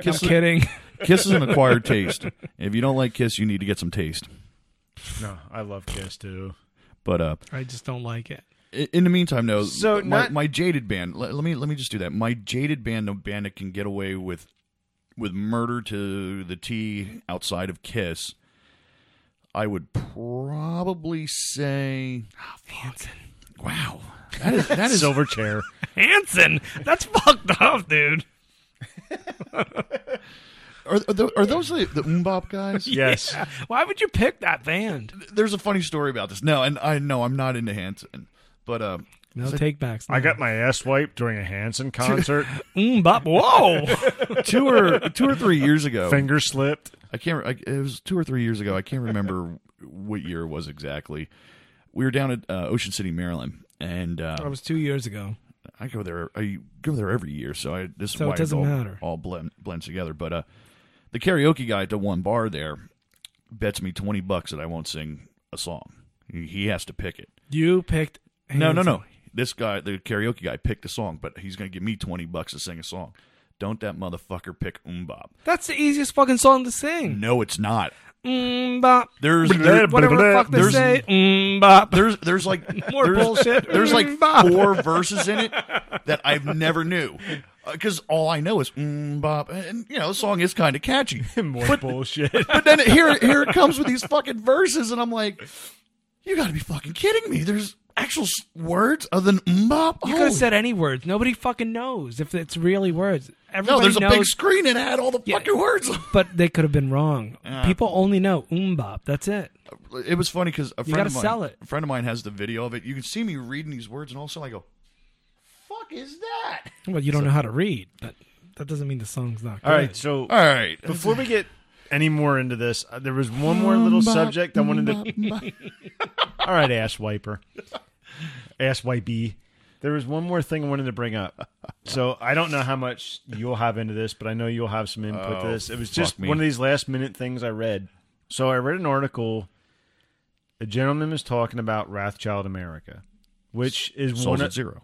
Speaker 3: Kiss-
Speaker 2: I'm kidding.
Speaker 3: Kiss is an acquired taste. If you don't like Kiss, you need to get some taste.
Speaker 1: no, I love Kiss too.
Speaker 3: But uh,
Speaker 2: I just don't like it.
Speaker 3: i- in the meantime, no.
Speaker 1: So
Speaker 3: my,
Speaker 1: not-
Speaker 3: my jaded band. Let, let me let me just do that. My jaded band, no band that can get away with with murder to the T outside of Kiss. I would probably say,
Speaker 2: Hanson.
Speaker 3: wow, that is that is
Speaker 1: Silver chair.
Speaker 2: Hanson? That's fucked up, dude.
Speaker 3: are are, tho- are those the, the Umbop guys?
Speaker 1: Yes.
Speaker 2: Why would you pick that band?
Speaker 3: There's a funny story about this. No, and I know I'm not into Hanson, but uh,
Speaker 2: No takebacks.
Speaker 1: I got my ass wiped during a Hanson concert.
Speaker 2: mm, bop. Whoa.
Speaker 3: two or two or three years ago,
Speaker 1: Finger slipped.
Speaker 3: I can't. I, it was two or three years ago. I can't remember what year it was exactly. We were down at uh, Ocean City, Maryland, and uh,
Speaker 2: that was two years ago.
Speaker 3: I go there. I go there every year, so I this is
Speaker 2: So it
Speaker 3: why it's
Speaker 2: doesn't
Speaker 3: all,
Speaker 2: matter.
Speaker 3: all blend, blends together. But uh, the karaoke guy at the one bar there bets me twenty bucks that I won't sing a song. He he has to pick it.
Speaker 2: You picked.
Speaker 3: No, no,
Speaker 2: Hanson.
Speaker 3: no. This guy, the karaoke guy, picked a song, but he's going to give me twenty bucks to sing a song. Don't that motherfucker pick Umbop?
Speaker 2: That's the easiest fucking song to sing.
Speaker 3: No, it's not.
Speaker 2: Mm, bop.
Speaker 3: There's
Speaker 1: Blah, blah,
Speaker 2: Whatever the
Speaker 1: blah.
Speaker 2: fuck they
Speaker 1: There's-
Speaker 2: say. Mm, bop.
Speaker 3: there's there's like
Speaker 2: More
Speaker 3: there's,
Speaker 2: bullshit.
Speaker 3: There's like
Speaker 2: Mm, bop.
Speaker 3: four verses in it that I've never knew because all I know is mm, bop, and you know the song is kind of catchy.
Speaker 1: More bullshit.
Speaker 3: But then here here it comes with these fucking verses, and I'm like, you got to be fucking kidding me. There's actual s- words other than mm, bop.
Speaker 2: You could
Speaker 3: Holy-
Speaker 2: have said any words. Nobody fucking knows if it's really words. Everybody
Speaker 3: no. There's a
Speaker 2: knows,
Speaker 3: big screen and it had all the
Speaker 2: Yeah.
Speaker 3: fucking words.
Speaker 2: but they could have been wrong. People only know umbop. That's it.
Speaker 3: it was funny because a friend
Speaker 2: gotta
Speaker 3: of mine,
Speaker 2: sell it.
Speaker 3: a friend of mine has the video of it. You can see me reading these words, and all of a sudden I go, "Fuck is that?"
Speaker 2: Well, you don't know how to read, but that doesn't mean the song's not good.
Speaker 1: All right, so
Speaker 3: All right.
Speaker 1: before we get any more into this, uh, there was one more little subject I wanted to All right, ass wiper. Ass wipey. There was one more thing I wanted to bring up. So I don't know how much you'll have into this, but I know you'll have some input to this. It was just
Speaker 3: Oh, fuck me.
Speaker 1: one of these last minute things I read. So I read an article. A gentleman was talking about Wrathchild America, which is
Speaker 3: Souls
Speaker 1: one
Speaker 3: at
Speaker 1: of
Speaker 3: zero.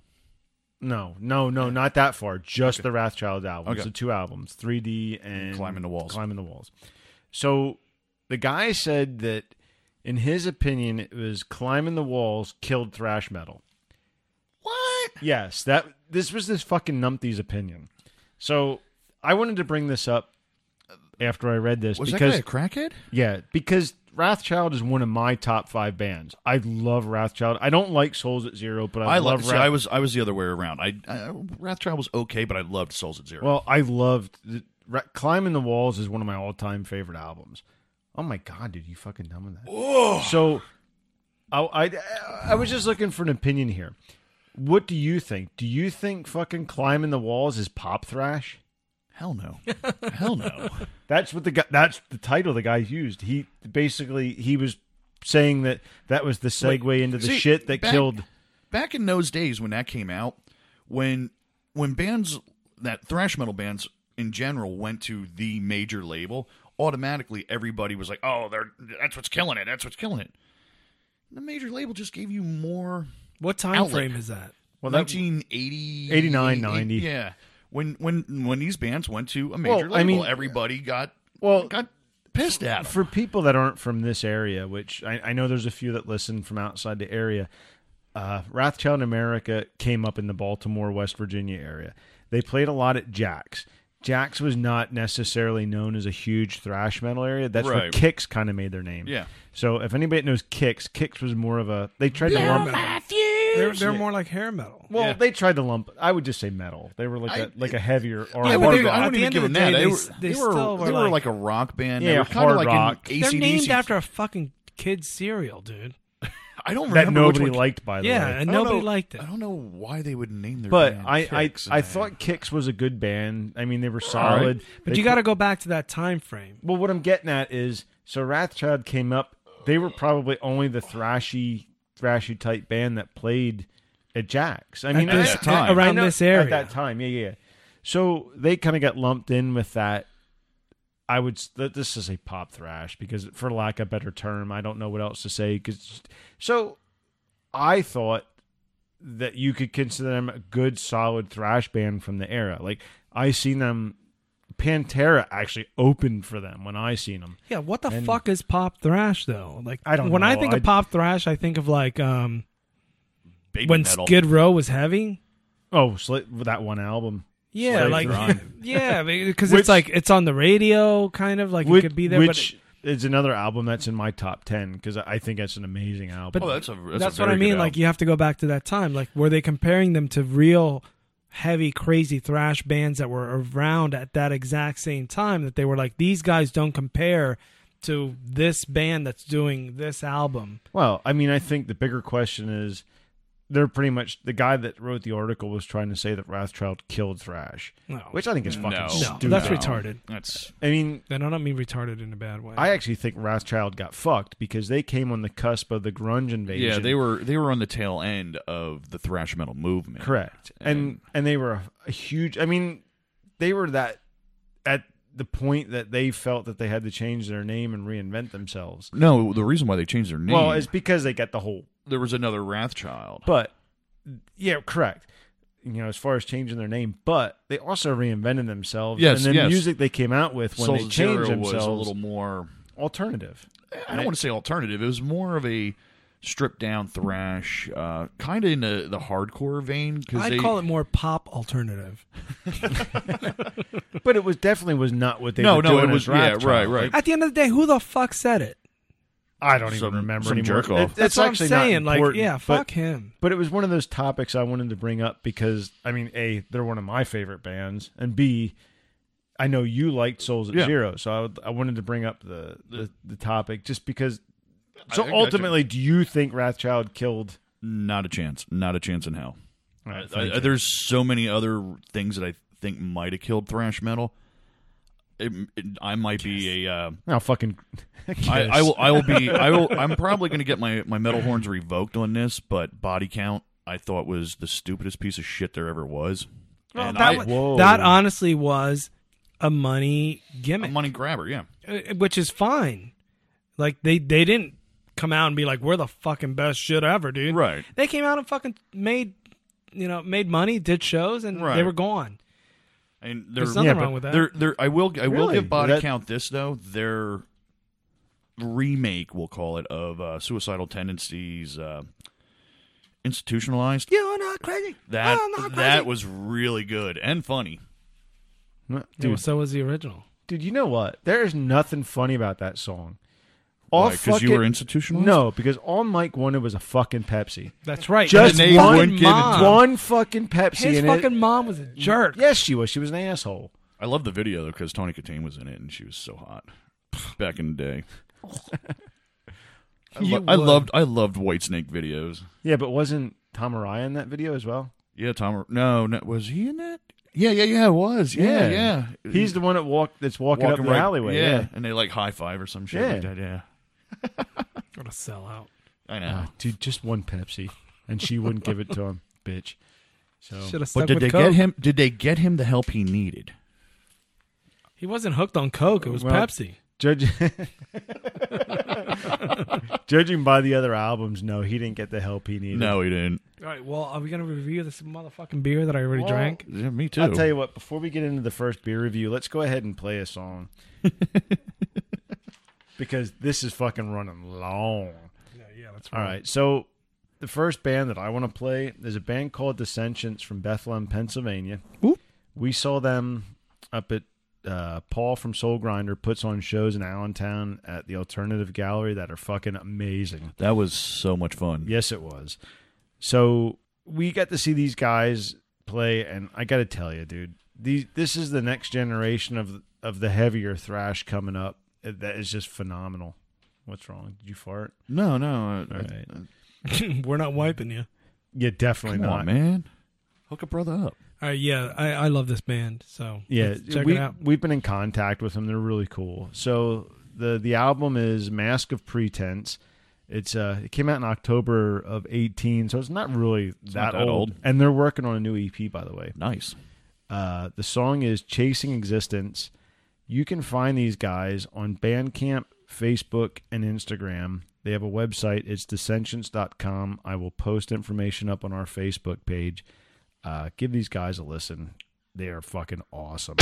Speaker 1: no, no, no, not that far. Just the Wrathchild albums,
Speaker 3: Okay.
Speaker 1: the two albums, 3D and
Speaker 3: Climbing the Walls.
Speaker 1: Climbing the walls. So the guy said that, in his opinion, it was climbing the walls killed thrash metal.
Speaker 3: What?
Speaker 1: Yes, that this was this fucking numpty's opinion. So I wanted to bring this up after I read this
Speaker 3: Was
Speaker 1: because
Speaker 3: that guy a crackhead?
Speaker 1: yeah, because Wrathchild is one of my top five bands. I love Wrathchild. I don't like Souls at Zero, but I,
Speaker 3: I
Speaker 1: love.
Speaker 3: love. See,
Speaker 1: Wrath-
Speaker 3: I was I was the other way around. I, I Wrathchild was okay, but I loved Souls at Zero.
Speaker 1: Well, I loved the, Ra- climbing the walls is one of my all-time favorite albums. Oh my god, dude, you fucking done with that? So, I, I I was just looking for an opinion here. What do you think? Do you think fucking climbing the walls is pop thrash?
Speaker 3: Hell no. Hell no.
Speaker 1: That's what the guy. That's the title the guy used. He basically he was saying that that was the segue into the
Speaker 3: see,
Speaker 1: shit that
Speaker 3: back-
Speaker 1: killed.
Speaker 3: Back in those days when that came out, when when bands that thrash metal bands in general went to the major label, automatically everybody was like, "Oh, they're that's what's killing it. That's what's killing it." The major label just gave you more
Speaker 2: What time
Speaker 3: Outlet.
Speaker 2: frame is that?
Speaker 1: Well, that,
Speaker 3: 1980
Speaker 1: 89, 90.
Speaker 3: Yeah. When when when these bands went to a major label,
Speaker 1: I mean-
Speaker 3: everybody got
Speaker 1: Well,
Speaker 3: got pissed at 'em.
Speaker 1: for people that aren't from this area, which I, I know there's a few that listen from outside the area, uh, Wrathchild America came up in the Baltimore, West Virginia area. They played a lot at Jack's. Jack's was not necessarily known as a huge thrash metal area. That's where
Speaker 3: Right.
Speaker 1: Kicks kind of made their name.
Speaker 3: Yeah.
Speaker 1: So if anybody knows Kicks, Kicks was more of a they tried to lump.
Speaker 2: They're, they're more like hair metal.
Speaker 1: Well, they tried to lump. I would just say metal. They were like
Speaker 3: I-
Speaker 1: a like a heavier or
Speaker 3: I
Speaker 1: hard
Speaker 2: but
Speaker 3: wouldn't
Speaker 2: they-
Speaker 3: even- I
Speaker 1: rock.
Speaker 2: at
Speaker 3: wouldn't
Speaker 2: the
Speaker 3: even
Speaker 2: end
Speaker 3: give
Speaker 2: of
Speaker 3: them
Speaker 2: the
Speaker 3: that.
Speaker 2: day,
Speaker 3: They
Speaker 2: they
Speaker 3: were
Speaker 2: s- they
Speaker 3: they were-
Speaker 2: still were
Speaker 3: they were
Speaker 2: like-
Speaker 3: like a rock band. They
Speaker 1: Yeah,
Speaker 3: were kind
Speaker 1: hard
Speaker 3: of like
Speaker 1: rock.
Speaker 3: an
Speaker 2: They're
Speaker 3: AC/DC.
Speaker 2: named after a fucking kid's cereal, dude.
Speaker 3: I don't
Speaker 1: that
Speaker 3: remember which
Speaker 1: nobody
Speaker 3: one-
Speaker 1: liked, by the
Speaker 2: Yeah,
Speaker 1: way.
Speaker 2: and
Speaker 3: I don't
Speaker 2: nobody
Speaker 3: know-
Speaker 2: liked it.
Speaker 3: I don't know why they would name their
Speaker 1: But
Speaker 3: band
Speaker 1: I, I,
Speaker 3: Kicks.
Speaker 1: I thought Kicks was a good band. I mean, they were
Speaker 3: right.
Speaker 1: solid.
Speaker 2: But
Speaker 1: They
Speaker 2: you got to go back to that time frame.
Speaker 1: Well, what I'm getting at is, so Wrathchild came up. They were probably only the thrashy, thrashy type band that played at Jack's. I mean,
Speaker 2: At this
Speaker 1: I- I-
Speaker 2: time.
Speaker 1: I
Speaker 2: Around this
Speaker 1: at
Speaker 2: area.
Speaker 1: that time, yeah, yeah. So they kind of got lumped in with that I would s- th- this is a pop thrash because for lack of better term, I don't know what else to say. Because so I thought that you could consider them a good solid thrash band from the era. Like I seen them, Pantera actually opened for them when I seen them.
Speaker 2: Yeah, what the
Speaker 1: And-
Speaker 2: fuck is pop thrash though? Like
Speaker 1: I don't
Speaker 2: When I
Speaker 1: know.
Speaker 2: think
Speaker 1: I-
Speaker 2: of pop thrash, I think of like um
Speaker 3: Baby
Speaker 2: when
Speaker 3: metal.
Speaker 2: Skid Row was heavy.
Speaker 1: Oh, slit that one album.
Speaker 2: Yeah,
Speaker 3: Slave
Speaker 2: like
Speaker 3: Grind.
Speaker 2: yeah, because
Speaker 1: Which-
Speaker 2: it's like it's on the radio, kind of like
Speaker 1: Which,
Speaker 2: it could be there. but
Speaker 1: which is another album that's in my top ten because I I think that's an amazing album.
Speaker 3: Oh, that's a that's, a
Speaker 2: that's what
Speaker 3: very
Speaker 2: I mean.
Speaker 3: good
Speaker 2: Like
Speaker 3: album.
Speaker 2: you have to go back to that time. Like were they comparing them to real heavy, crazy thrash bands that were around at that exact same time? That they were like these guys don't compare to this band that's doing this album.
Speaker 1: Well, I mean, I think the bigger question is they're pretty much the guy that wrote the article was trying to say that Rothschild killed Thrash,
Speaker 2: No,
Speaker 1: which I think is fucking
Speaker 2: no,
Speaker 3: No.
Speaker 1: stupid.
Speaker 2: that's
Speaker 3: No.
Speaker 2: retarded.
Speaker 3: that's
Speaker 1: I mean,
Speaker 2: And I don't mean retarded in a bad way.
Speaker 1: I actually think Rothschild got fucked because they came on the cusp of the grunge invasion.
Speaker 3: yeah. They were they were on the tail end of the thrash metal movement.
Speaker 1: correct, and and they were a, a huge. I mean, they were that at the point that they felt that they had to change their name and reinvent themselves.
Speaker 3: No, the reason why they changed their name
Speaker 1: Well, it's because they got the whole
Speaker 3: there was another Wrathchild.
Speaker 1: But yeah, correct. You know, as far as changing their name, but they also reinvented themselves.
Speaker 3: Yes,
Speaker 1: and the
Speaker 3: yes.
Speaker 1: music they came out with when
Speaker 3: Soul
Speaker 1: they
Speaker 3: Zero
Speaker 1: changed
Speaker 3: was
Speaker 1: themselves
Speaker 3: a little more.
Speaker 1: alternative.
Speaker 3: I don't want to say alternative. It was more of a stripped down thrash, uh, kind of in the, the hardcore vein. Because
Speaker 2: I'd
Speaker 3: they,
Speaker 2: call it more pop alternative.
Speaker 1: But it was definitely was not what they
Speaker 3: no,
Speaker 1: were
Speaker 3: no,
Speaker 1: doing
Speaker 3: it was
Speaker 1: as
Speaker 3: yeah,
Speaker 1: Wrathchild.
Speaker 3: right, right.
Speaker 2: At the end of the day, who the fuck said it?
Speaker 1: I don't even
Speaker 3: Some-
Speaker 1: remember
Speaker 3: some
Speaker 1: anymore.
Speaker 3: jerk-off.
Speaker 1: It-
Speaker 2: That's
Speaker 1: it's
Speaker 2: what I'm
Speaker 1: actually not
Speaker 2: saying. Like,
Speaker 1: important,
Speaker 2: yeah,
Speaker 1: but-
Speaker 2: fuck him.
Speaker 1: But it was one of those topics I wanted to bring up because I mean, a they're one of my favorite bands, and b I know you liked Souls at
Speaker 3: Yeah.
Speaker 1: Zero, so I, would- I wanted to bring up the the, the topic just because.
Speaker 3: I- I
Speaker 1: So
Speaker 3: gotcha.
Speaker 1: ultimately, do you think Wrathchild killed?
Speaker 3: Not a chance. Not a chance in hell.
Speaker 1: Alright,
Speaker 3: I-
Speaker 1: thank
Speaker 3: I-
Speaker 1: you.
Speaker 3: there's so many other things that I think might have killed thrash metal. It, it- I might be a. Uh,
Speaker 1: No, fucking.
Speaker 3: I, I will. I will be. I will. I'm probably going to get my my metal horns revoked on this. But body count, I thought was the stupidest piece of shit there ever was. and
Speaker 2: that,
Speaker 3: I,
Speaker 2: wa-
Speaker 1: Whoa.
Speaker 2: that honestly was a money
Speaker 3: a
Speaker 2: gimmick,
Speaker 3: money grabber. Yeah.
Speaker 2: uh, which is fine. Like they they didn't come out and be like, "We're the fucking best shit ever, dude."
Speaker 3: Right.
Speaker 2: They came out and fucking made you know made money, did shows, and
Speaker 3: Right.
Speaker 2: they were gone.
Speaker 3: And they're
Speaker 2: There's nothing
Speaker 1: Yeah, but
Speaker 2: wrong with that.
Speaker 3: they're they're. I will. I will
Speaker 1: Really?
Speaker 3: give body
Speaker 1: That-
Speaker 3: count this though. Their remake, we'll call it, of uh, suicidal tendencies. Uh, institutionalized
Speaker 2: You're not crazy.
Speaker 3: That
Speaker 1: Oh,
Speaker 2: I'm not
Speaker 3: that
Speaker 2: crazy.
Speaker 3: was really good and funny.
Speaker 2: Dude,
Speaker 1: dude,
Speaker 2: so was the original.
Speaker 1: dude, you know what? There is nothing funny about that song. All
Speaker 3: Because you
Speaker 1: fucking-
Speaker 3: were institutionalized.
Speaker 1: No, because all Mike wanted was a fucking Pepsi.
Speaker 2: That's right.
Speaker 1: Just
Speaker 3: they wouldn't
Speaker 1: one,
Speaker 3: give it to him.
Speaker 1: one fucking Pepsi.
Speaker 2: his
Speaker 1: and
Speaker 2: fucking
Speaker 1: it,
Speaker 2: mom was a jerk.
Speaker 1: yes, she was. She was an asshole.
Speaker 3: I love the video though because Tony Katane was in it and she was so hot back in the day. I,
Speaker 2: You
Speaker 3: lo- I
Speaker 2: would.
Speaker 3: loved I loved White Snake videos.
Speaker 1: Yeah, but wasn't Tom Araya in that video as well?
Speaker 3: Yeah, Tom. No, no, was he in that? Yeah, yeah, yeah. It was. Yeah, yeah.
Speaker 1: He's the one that walk that's walking, up the
Speaker 3: Uh, right-
Speaker 1: alleyway.
Speaker 3: Yeah.
Speaker 1: Yeah,
Speaker 3: and they like high five or some shit like
Speaker 1: Yeah.
Speaker 3: that. Yeah,
Speaker 2: What a sellout.
Speaker 3: I know.
Speaker 1: Ah, dude, just one Pepsi, and she wouldn't give it to him, bitch. So
Speaker 2: Should have stuck
Speaker 3: but did
Speaker 2: with
Speaker 3: they
Speaker 2: Coke.
Speaker 3: get him? Did they get him the help he needed?
Speaker 2: He wasn't hooked on Coke. It was
Speaker 1: Well,
Speaker 2: Pepsi.
Speaker 1: Judge- judging by the other albums, no, he didn't get the help he needed.
Speaker 3: No, he didn't.
Speaker 2: All right. Well, are we gonna review this motherfucking beer that I already
Speaker 1: Well,
Speaker 2: drank?
Speaker 3: Yeah, me too.
Speaker 1: I'll tell you what, before we get into the first beer review, let's go ahead and play a song. because this is fucking running long.
Speaker 2: Yeah, yeah, that's
Speaker 1: All right. So the first band that I want to play is a band called Descendants from Bethlehem, Pennsylvania.
Speaker 2: Oop.
Speaker 1: We saw them up at uh, Paul from Soul Grinder puts on shows in Allentown at the Alternative Gallery that are fucking amazing.
Speaker 3: that was so much fun.
Speaker 1: Yes, it was. So we got to see these guys play, and I got to tell you, dude, these this is the next generation of of the heavier thrash coming up. That is just phenomenal. What's wrong? Did you fart?
Speaker 3: No, no. I,
Speaker 1: All right.
Speaker 2: We're not wiping you.
Speaker 1: Yeah, definitely
Speaker 3: Come
Speaker 1: not,
Speaker 3: on, man. Hook a brother up.
Speaker 2: All right. Uh, Yeah, I, I love this band. So
Speaker 1: Yeah,
Speaker 2: let's check
Speaker 1: we
Speaker 2: it out.
Speaker 1: we've been in contact with them. They're really cool. So the the album is Mask of Pretense. It's uh it came out in October of 18, so it's not really
Speaker 3: not
Speaker 1: that,
Speaker 3: that
Speaker 1: old.
Speaker 3: old.
Speaker 1: And they're E working on a new EP by the way.
Speaker 3: Nice.
Speaker 1: Uh, the song is Chasing Existence, You can find these guys on Bandcamp, Facebook, and Instagram. They have a website. It's dissensions.com. I will post information up on our Facebook page. Uh, give these guys a listen. They are fucking awesome.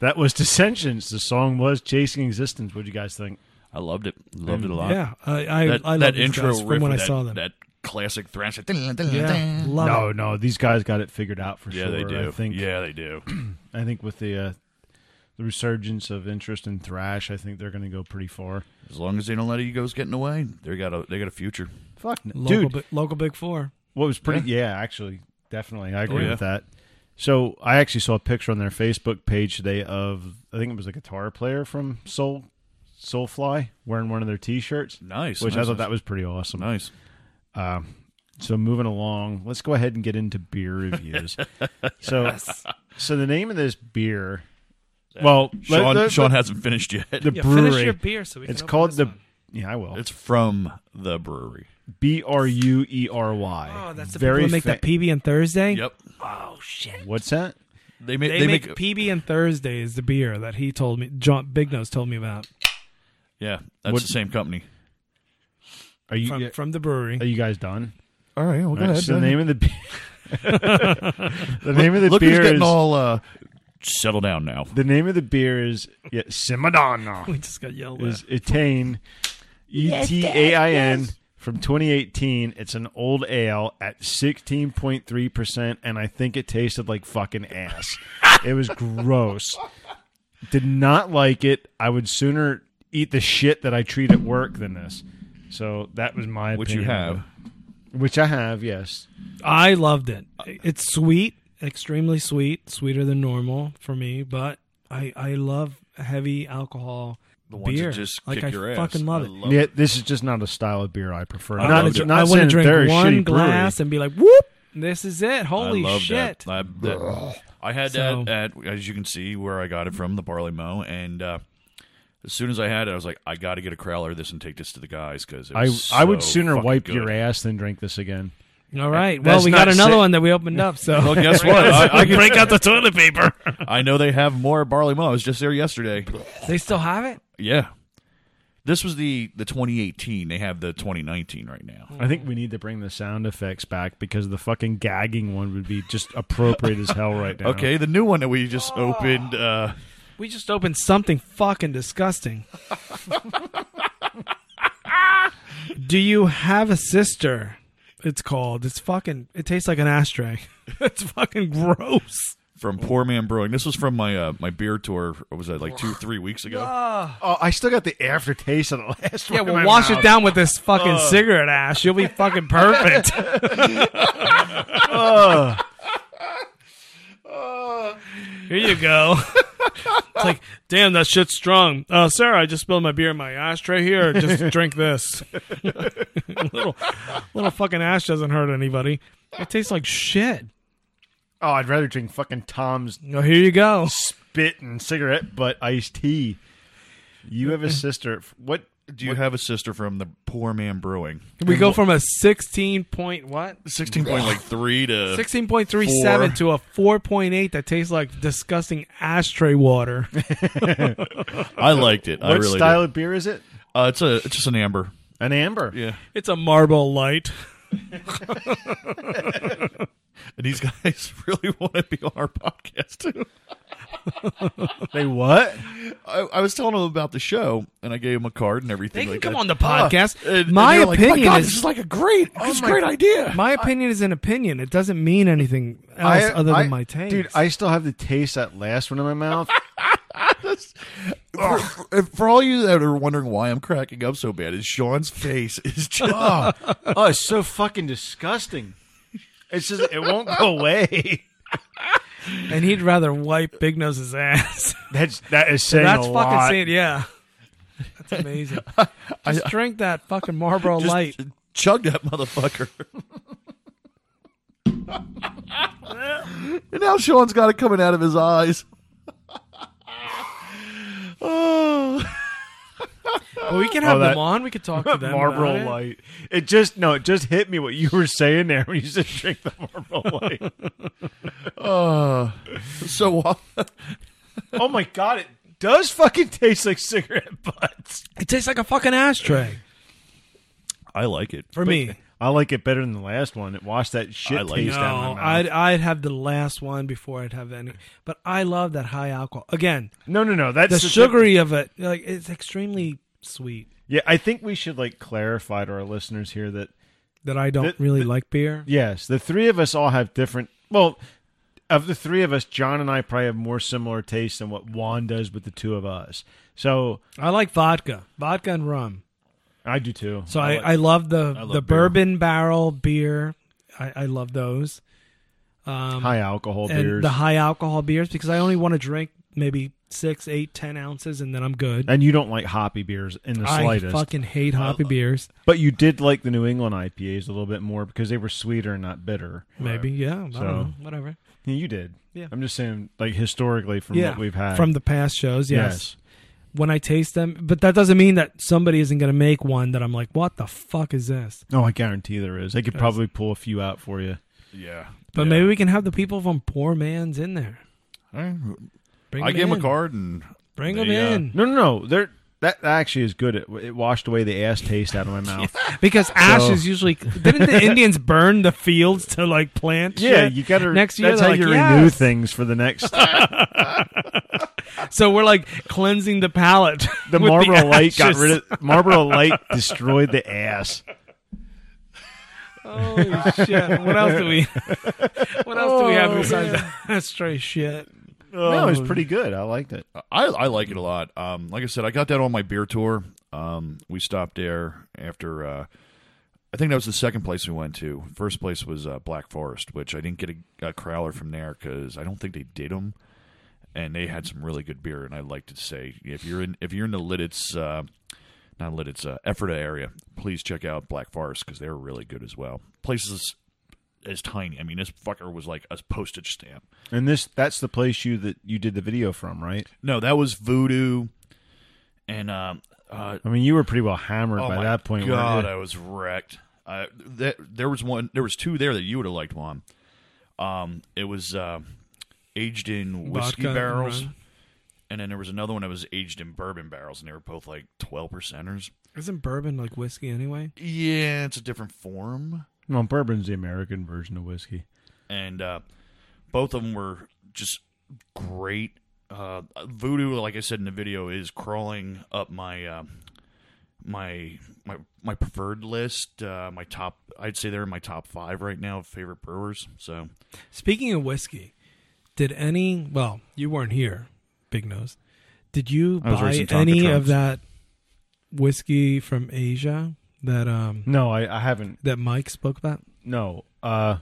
Speaker 1: That was Dissensions. The song was Chasing Existence. What do you guys think?
Speaker 3: I loved it. Loved it a lot.
Speaker 2: Yeah, I I,
Speaker 3: That,
Speaker 2: I love
Speaker 3: that
Speaker 2: these
Speaker 3: intro
Speaker 2: guys
Speaker 3: riff
Speaker 2: from when I
Speaker 3: with that,
Speaker 2: saw them.
Speaker 3: That classic thrash.
Speaker 2: yeah, love
Speaker 1: no,
Speaker 2: it.
Speaker 1: no, these guys got it figured out for
Speaker 3: Yeah,
Speaker 1: sure.
Speaker 3: they do.
Speaker 1: I think.
Speaker 3: Yeah, they do.
Speaker 1: I think with the uh, the resurgence of interest in thrash, I think they're going to go pretty far.
Speaker 3: As long as they don't let egos get in the way, they got a they got a future.
Speaker 1: Fuck, no.
Speaker 2: Local,
Speaker 1: dude.
Speaker 2: bi- local big four.
Speaker 1: What was pretty? Yeah. actually, definitely, I agree
Speaker 3: Oh, yeah.
Speaker 1: with that. So I actually saw a picture on their Facebook page today of I think it was a guitar player from Soul Soulfly wearing one of their T-shirts,
Speaker 3: Nice.
Speaker 1: which
Speaker 3: nice,
Speaker 1: I thought
Speaker 3: nice.
Speaker 1: that was pretty awesome.
Speaker 3: nice.
Speaker 1: Um, so moving along, let's go ahead and get into beer reviews. so, so the name of this beer, well, let-
Speaker 3: Sean,
Speaker 1: let-
Speaker 3: Sean hasn't finished yet.
Speaker 1: the
Speaker 2: Yeah, finish your
Speaker 1: brewery.
Speaker 2: beer so we can.
Speaker 1: It's
Speaker 2: open
Speaker 1: called
Speaker 2: this
Speaker 1: the
Speaker 2: one.
Speaker 1: yeah, I will.
Speaker 3: It's from the brewery.
Speaker 1: B R U E R Y.
Speaker 2: Oh, that's the people that make that PB and Thursday.
Speaker 3: Yep.
Speaker 2: Oh shit.
Speaker 1: What's that?
Speaker 3: They make
Speaker 2: They, make, PB and Thursday is the beer that he told me. John Big Nose told me about
Speaker 3: yeah. That's
Speaker 1: What-
Speaker 3: the same company.
Speaker 1: Are you
Speaker 2: from from the brewery.
Speaker 1: are you guys done?
Speaker 3: All right. Well,
Speaker 1: All right, so the name of the beer. the name of the
Speaker 3: Look who's
Speaker 1: beer
Speaker 3: getting
Speaker 1: is
Speaker 3: all uh, settle down now.
Speaker 1: the name of the beer is yeah, Simadonna.
Speaker 2: we just got yelled
Speaker 1: is
Speaker 2: at.
Speaker 1: Etain, E T A I N from 2018. It's an old ale at 16.3 percent, and I think it tasted like fucking ass. it was gross. Did not like it. I would sooner eat the shit that I treat at work than this. So that was my
Speaker 3: Which you
Speaker 1: opinion of
Speaker 3: have.
Speaker 1: it. which I have, yes.
Speaker 2: I loved it. It's sweet, extremely sweet, sweeter than normal for me. But I I love heavy alcohol
Speaker 3: The ones
Speaker 2: beer.
Speaker 3: that just
Speaker 2: like
Speaker 3: kick
Speaker 2: I
Speaker 3: your ass.
Speaker 2: fucking love it.
Speaker 1: Yeah, this is just not a style of beer I prefer.
Speaker 2: I
Speaker 1: not
Speaker 2: wanna, dr-
Speaker 1: not
Speaker 2: I wanna
Speaker 1: saying they're a
Speaker 2: drink
Speaker 1: shitty brewery.
Speaker 2: one glass and be like, whoop, this is it. Holy
Speaker 3: I love
Speaker 2: shit.
Speaker 3: That. I, that- I had
Speaker 2: So-
Speaker 3: that at, as you can see, where I got it from, the Barley Mow. And uh, as soon as I had it, I was like, I got to get a crowler of this and take this to the guys because
Speaker 1: I I would sooner wipe your ass than drink this again.
Speaker 2: All right.
Speaker 1: That's
Speaker 2: Well, we got
Speaker 1: not
Speaker 2: another
Speaker 1: sa-
Speaker 2: one that we opened up. So
Speaker 3: Well, guess what? I, I, can-
Speaker 2: break out the toilet paper.
Speaker 3: I know they have more Barley Mow. I was just there yesterday.
Speaker 2: they still have it.
Speaker 3: Yeah. This was the, the 2018. They have the 2019 right now.
Speaker 1: I
Speaker 2: Mm.
Speaker 1: think we need to bring the sound effects back because the fucking gagging one would be just appropriate as hell right now.
Speaker 3: Okay, the new one that we just opened. Uh,
Speaker 2: We just opened something fucking disgusting. Do you have a sister? It's called. It's fucking. It tastes like an ashtray. it's fucking gross.
Speaker 3: from Poor Man Brewing. This was from my uh, my beer tour. What was that like
Speaker 2: Oh.
Speaker 3: two three weeks ago?
Speaker 1: Oh, I still got the aftertaste of the last
Speaker 2: Yeah,
Speaker 1: one. in
Speaker 2: well,
Speaker 1: my
Speaker 2: wash
Speaker 1: mouth.
Speaker 2: it down with this fucking cigarette ash. You'll be fucking perfect. Here you go. it's like, damn, that shit's strong. Uh, Sarah, I just spilled my beer in my ashtray here. Just drink this. little, little fucking ash doesn't hurt anybody. It tastes like shit.
Speaker 1: Oh, I'd rather drink fucking Tom's
Speaker 2: Well, here you go.
Speaker 1: spit and cigarette butt iced tea. You have a sister. What?
Speaker 3: Do you have a sister from the Poor Man Brewing?
Speaker 2: We go from a 16 point what?
Speaker 3: Sixteen point like three to
Speaker 2: 16.37 to a 4.8 that tastes like disgusting ashtray water.
Speaker 3: I liked it. I
Speaker 1: What
Speaker 3: really
Speaker 1: style
Speaker 3: did.
Speaker 1: of beer is it?
Speaker 3: Uh, it's a it's just an amber.
Speaker 1: An amber.
Speaker 3: Yeah,
Speaker 2: It's a marble light.
Speaker 3: and these guys really want to be on our podcast too.
Speaker 1: They what?
Speaker 3: I, I was telling them about the show, and I gave them a card and everything.
Speaker 2: They can
Speaker 3: like
Speaker 2: come
Speaker 3: that.
Speaker 2: on the podcast.
Speaker 3: And- and
Speaker 2: my
Speaker 3: they were like,
Speaker 2: opinion
Speaker 3: my God,
Speaker 2: is
Speaker 3: this is like a great, this is a great idea.
Speaker 2: my opinion is an opinion. It doesn't mean anything else other than my taste.
Speaker 1: Dude, I still have the taste that last one in my mouth.
Speaker 3: for, for- for all you that are wondering why I'm cracking up so bad, is Sean's face is just
Speaker 1: oh, oh, it's so fucking disgusting. It's just it won't go away.
Speaker 2: and he'd rather wipe Big Nose's ass.
Speaker 1: That's that is saying
Speaker 2: That's
Speaker 1: a
Speaker 2: fucking
Speaker 1: lot.
Speaker 2: saying, yeah. That's amazing. Just drink that fucking Marlboro
Speaker 3: just
Speaker 2: Light.
Speaker 3: chug that motherfucker. and now Sean's got it coming out of his eyes. oh,
Speaker 2: Well, we can have
Speaker 1: Oh, that-
Speaker 2: them on. We could talk to them.
Speaker 1: Marlboro
Speaker 2: about it.
Speaker 1: Light. It just no, it just hit me what you were saying there when you said drink the Marlboro Light.
Speaker 3: Uh, so uh,
Speaker 1: oh my god, it does fucking taste like cigarette butts.
Speaker 2: It tastes like a fucking ashtray
Speaker 3: I like it.
Speaker 2: for me.
Speaker 1: I like it better than the last one. It washed that shit
Speaker 3: I like
Speaker 1: taste
Speaker 3: it.
Speaker 1: out of my
Speaker 2: No,
Speaker 1: mouth.
Speaker 2: I'd I'd have the last one before I'd have any. But I love that high alcohol. Again,
Speaker 1: no, no, no. That's
Speaker 2: the
Speaker 1: the-
Speaker 2: sugary of it, like it's extremely sweet.
Speaker 1: Yeah, I think we should like clarify to our listeners here that
Speaker 2: That I don't
Speaker 1: The-
Speaker 2: really
Speaker 1: the-
Speaker 2: like beer.
Speaker 1: yes, the three of us all have different. Well, of the three of us, John and I probably have more similar tastes than what Juan does with the two of us. So
Speaker 2: I like vodka, vodka and rum.
Speaker 1: I do too.
Speaker 2: So
Speaker 3: I
Speaker 2: I,
Speaker 3: like-
Speaker 2: I love the
Speaker 3: I love
Speaker 2: the
Speaker 3: beer.
Speaker 2: bourbon barrel beer. I, I love those. Um,
Speaker 1: High alcohol
Speaker 2: and
Speaker 1: beers,
Speaker 2: the high alcohol beers because I only want to drink maybe six, eight, ten ounces, and then I'm good.
Speaker 1: and you don't like hoppy beers in the
Speaker 2: I
Speaker 1: slightest.
Speaker 2: fucking hate hoppy beers.
Speaker 1: But you did like the New England IPAs a little bit more because they were sweeter and not bitter.
Speaker 2: Maybe yeah, I
Speaker 1: So-
Speaker 2: don't know, whatever.
Speaker 1: Yeah, you did.
Speaker 2: Yeah.
Speaker 1: I'm just saying, like historically, from
Speaker 2: yeah,
Speaker 1: what we've had.
Speaker 2: from the past shows. yes, when I taste them, but that doesn't mean that somebody isn't going to make one that I'm like, what the fuck is this?
Speaker 1: No, I guarantee there is. They could probably pull a few out for you.
Speaker 3: Yeah.
Speaker 2: But
Speaker 3: Yeah.
Speaker 2: maybe we can have the people from Poor Man's in there.
Speaker 3: I,
Speaker 2: Bring
Speaker 3: I
Speaker 2: them
Speaker 3: gave him
Speaker 2: in.
Speaker 3: a card and
Speaker 2: Bring
Speaker 3: They,
Speaker 2: them
Speaker 3: uh,
Speaker 2: in
Speaker 1: No, no, no. They're, that actually is good. It, it washed away the ass taste out of my mouth.
Speaker 2: because ash
Speaker 1: So-
Speaker 2: is usually didn't the Indians burn the fields to like plant?
Speaker 1: yeah,
Speaker 2: shit?
Speaker 1: you got to.
Speaker 2: Next year
Speaker 1: that's
Speaker 2: they're
Speaker 1: how
Speaker 2: like,
Speaker 1: you renew
Speaker 2: "Yes."
Speaker 1: things for the next.
Speaker 2: So we're like cleansing the palate.
Speaker 1: The
Speaker 2: with
Speaker 1: Marlboro Light got
Speaker 2: ashes.
Speaker 1: rid of. Marlboro Light destroyed the ass.
Speaker 2: Holy shit! What else do we? What else do
Speaker 1: Oh,
Speaker 2: we have besides that stray shit?
Speaker 1: no, it was pretty good. I liked it.
Speaker 3: I, I like it a lot. Um, like I said, I got that on my beer tour. Um, we stopped there after. Uh, I think that was the second place we went to. First place was uh, Black Forest, which I didn't get a, a crowler from there because I don't think they did them. And they had some really good beer, and I like to say if you're in if you're in the Lidditz, uh, not Lidditz, uh, Ephrata area, please check out Black Forest because they're really good as well. Places as tiny. I mean, this fucker was like a postage stamp.
Speaker 1: And this that's the place you that you did the video from, right?
Speaker 3: No, that was Voodoo, and um, uh,
Speaker 1: I mean, you were pretty well hammered
Speaker 3: oh
Speaker 1: by
Speaker 3: my
Speaker 1: that point. weren't
Speaker 3: God,
Speaker 1: you?
Speaker 3: I was wrecked. Uh, that, there was one, there was two there that you would have liked, Mom. Um, it was uh, aged in whiskey
Speaker 2: Vodka and
Speaker 3: barrels,
Speaker 2: rum.
Speaker 3: and then there was another one that was aged in bourbon barrels, and they were both like twelve percenters.
Speaker 2: Isn't bourbon like whiskey anyway?
Speaker 3: Yeah, it's a different form.
Speaker 1: Well, bourbon's the American version of whiskey.
Speaker 3: and uh, both of them were just great. Uh, Voodoo, like I said in the video, is crawling up my uh, my my my preferred list. Uh, my top, I'd say they're in my top five right now of favorite brewers. So
Speaker 2: Speaking of whiskey, did any? Well, you weren't here, Big Nose. Did you
Speaker 1: I was
Speaker 2: buy
Speaker 1: racing Tonka
Speaker 2: any
Speaker 1: trucks.
Speaker 2: of that whiskey from Asia that um
Speaker 1: No, I, I haven't.
Speaker 2: that Mike spoke about?
Speaker 1: No, uh,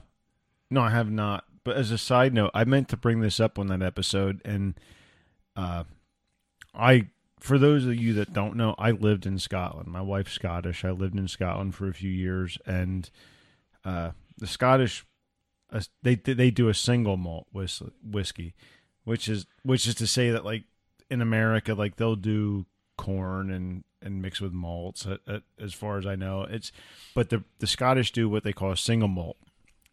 Speaker 1: no, I have not. But as a side note, I meant to bring this up on that episode, and uh, I, for those of you that don't know, I lived in Scotland. My wife's Scottish. I lived in Scotland for a few years, and uh, the Scottish, uh, they they do a single malt whis- whiskey, which is which is to say that like in America, like they'll do corn and and mix with malts. uh, uh, As far as I know, it's but the the Scottish do what they call a single malt,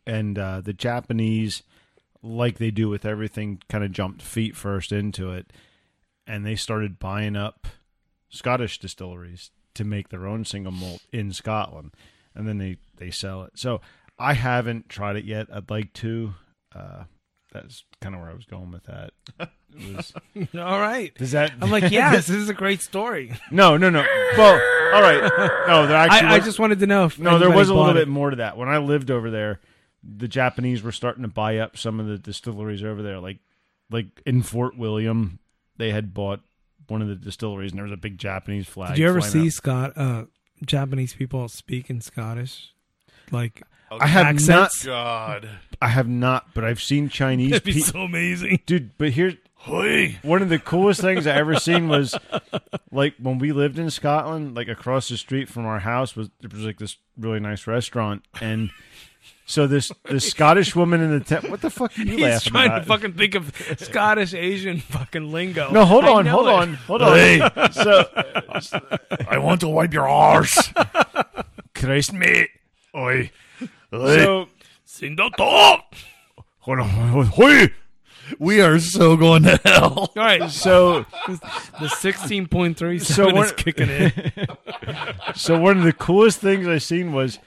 Speaker 1: and uh, the Japanese, like they do with everything, kind of jumped feet first into it, and they started buying up Scottish distilleries to make their own single malt in Scotland, and then they they sell it. So I haven't tried it yet. I'd like to. Uh, that's kind of where I was going with that. It was-
Speaker 2: All right.
Speaker 1: does that?
Speaker 2: I'm like, yes, this is a great story.
Speaker 1: no, no, no. Well, all right. No, there actually.
Speaker 2: I, I
Speaker 1: was-
Speaker 2: just wanted to know if
Speaker 1: no, there
Speaker 2: anybody
Speaker 1: was a little
Speaker 2: bought it.
Speaker 1: bit more to that. When I lived over there, the Japanese were starting to buy up some of the distilleries over there. Like, like in Fort William, they had bought one of the distilleries, and there was a big Japanese flag.
Speaker 2: Did you ever
Speaker 1: flying
Speaker 2: see
Speaker 1: out.
Speaker 2: Scott uh, Japanese people speak in Scottish? Like
Speaker 1: I have
Speaker 2: accents?
Speaker 1: not.
Speaker 3: God,
Speaker 1: I have not, but I've seen Chinese
Speaker 2: that'd be
Speaker 1: people.
Speaker 2: so amazing.
Speaker 1: Dude, but here's
Speaker 3: Hoy!
Speaker 1: one of the coolest things I ever seen was like when we lived in Scotland, like across the street from our house was there was like this really nice restaurant, and so this this Scottish woman in the tent. What the fuck are you
Speaker 2: He's
Speaker 1: laughing
Speaker 2: trying
Speaker 1: about?
Speaker 2: to fucking think of Scottish Asian fucking lingo.
Speaker 1: No, hold
Speaker 2: I
Speaker 1: on,
Speaker 2: know
Speaker 1: hold
Speaker 2: it.
Speaker 1: on, hold on. So,
Speaker 3: I want to wipe your arse.
Speaker 1: Christ me, oi.
Speaker 3: Hoy.
Speaker 1: So,
Speaker 2: Sing the top.
Speaker 1: hold on, hold on, oi.
Speaker 3: we are so going to hell.
Speaker 2: All right,
Speaker 1: so,
Speaker 2: the sixteen point three
Speaker 1: So
Speaker 2: seven is
Speaker 1: what-
Speaker 2: kicking in.
Speaker 1: so one of the coolest things I seen was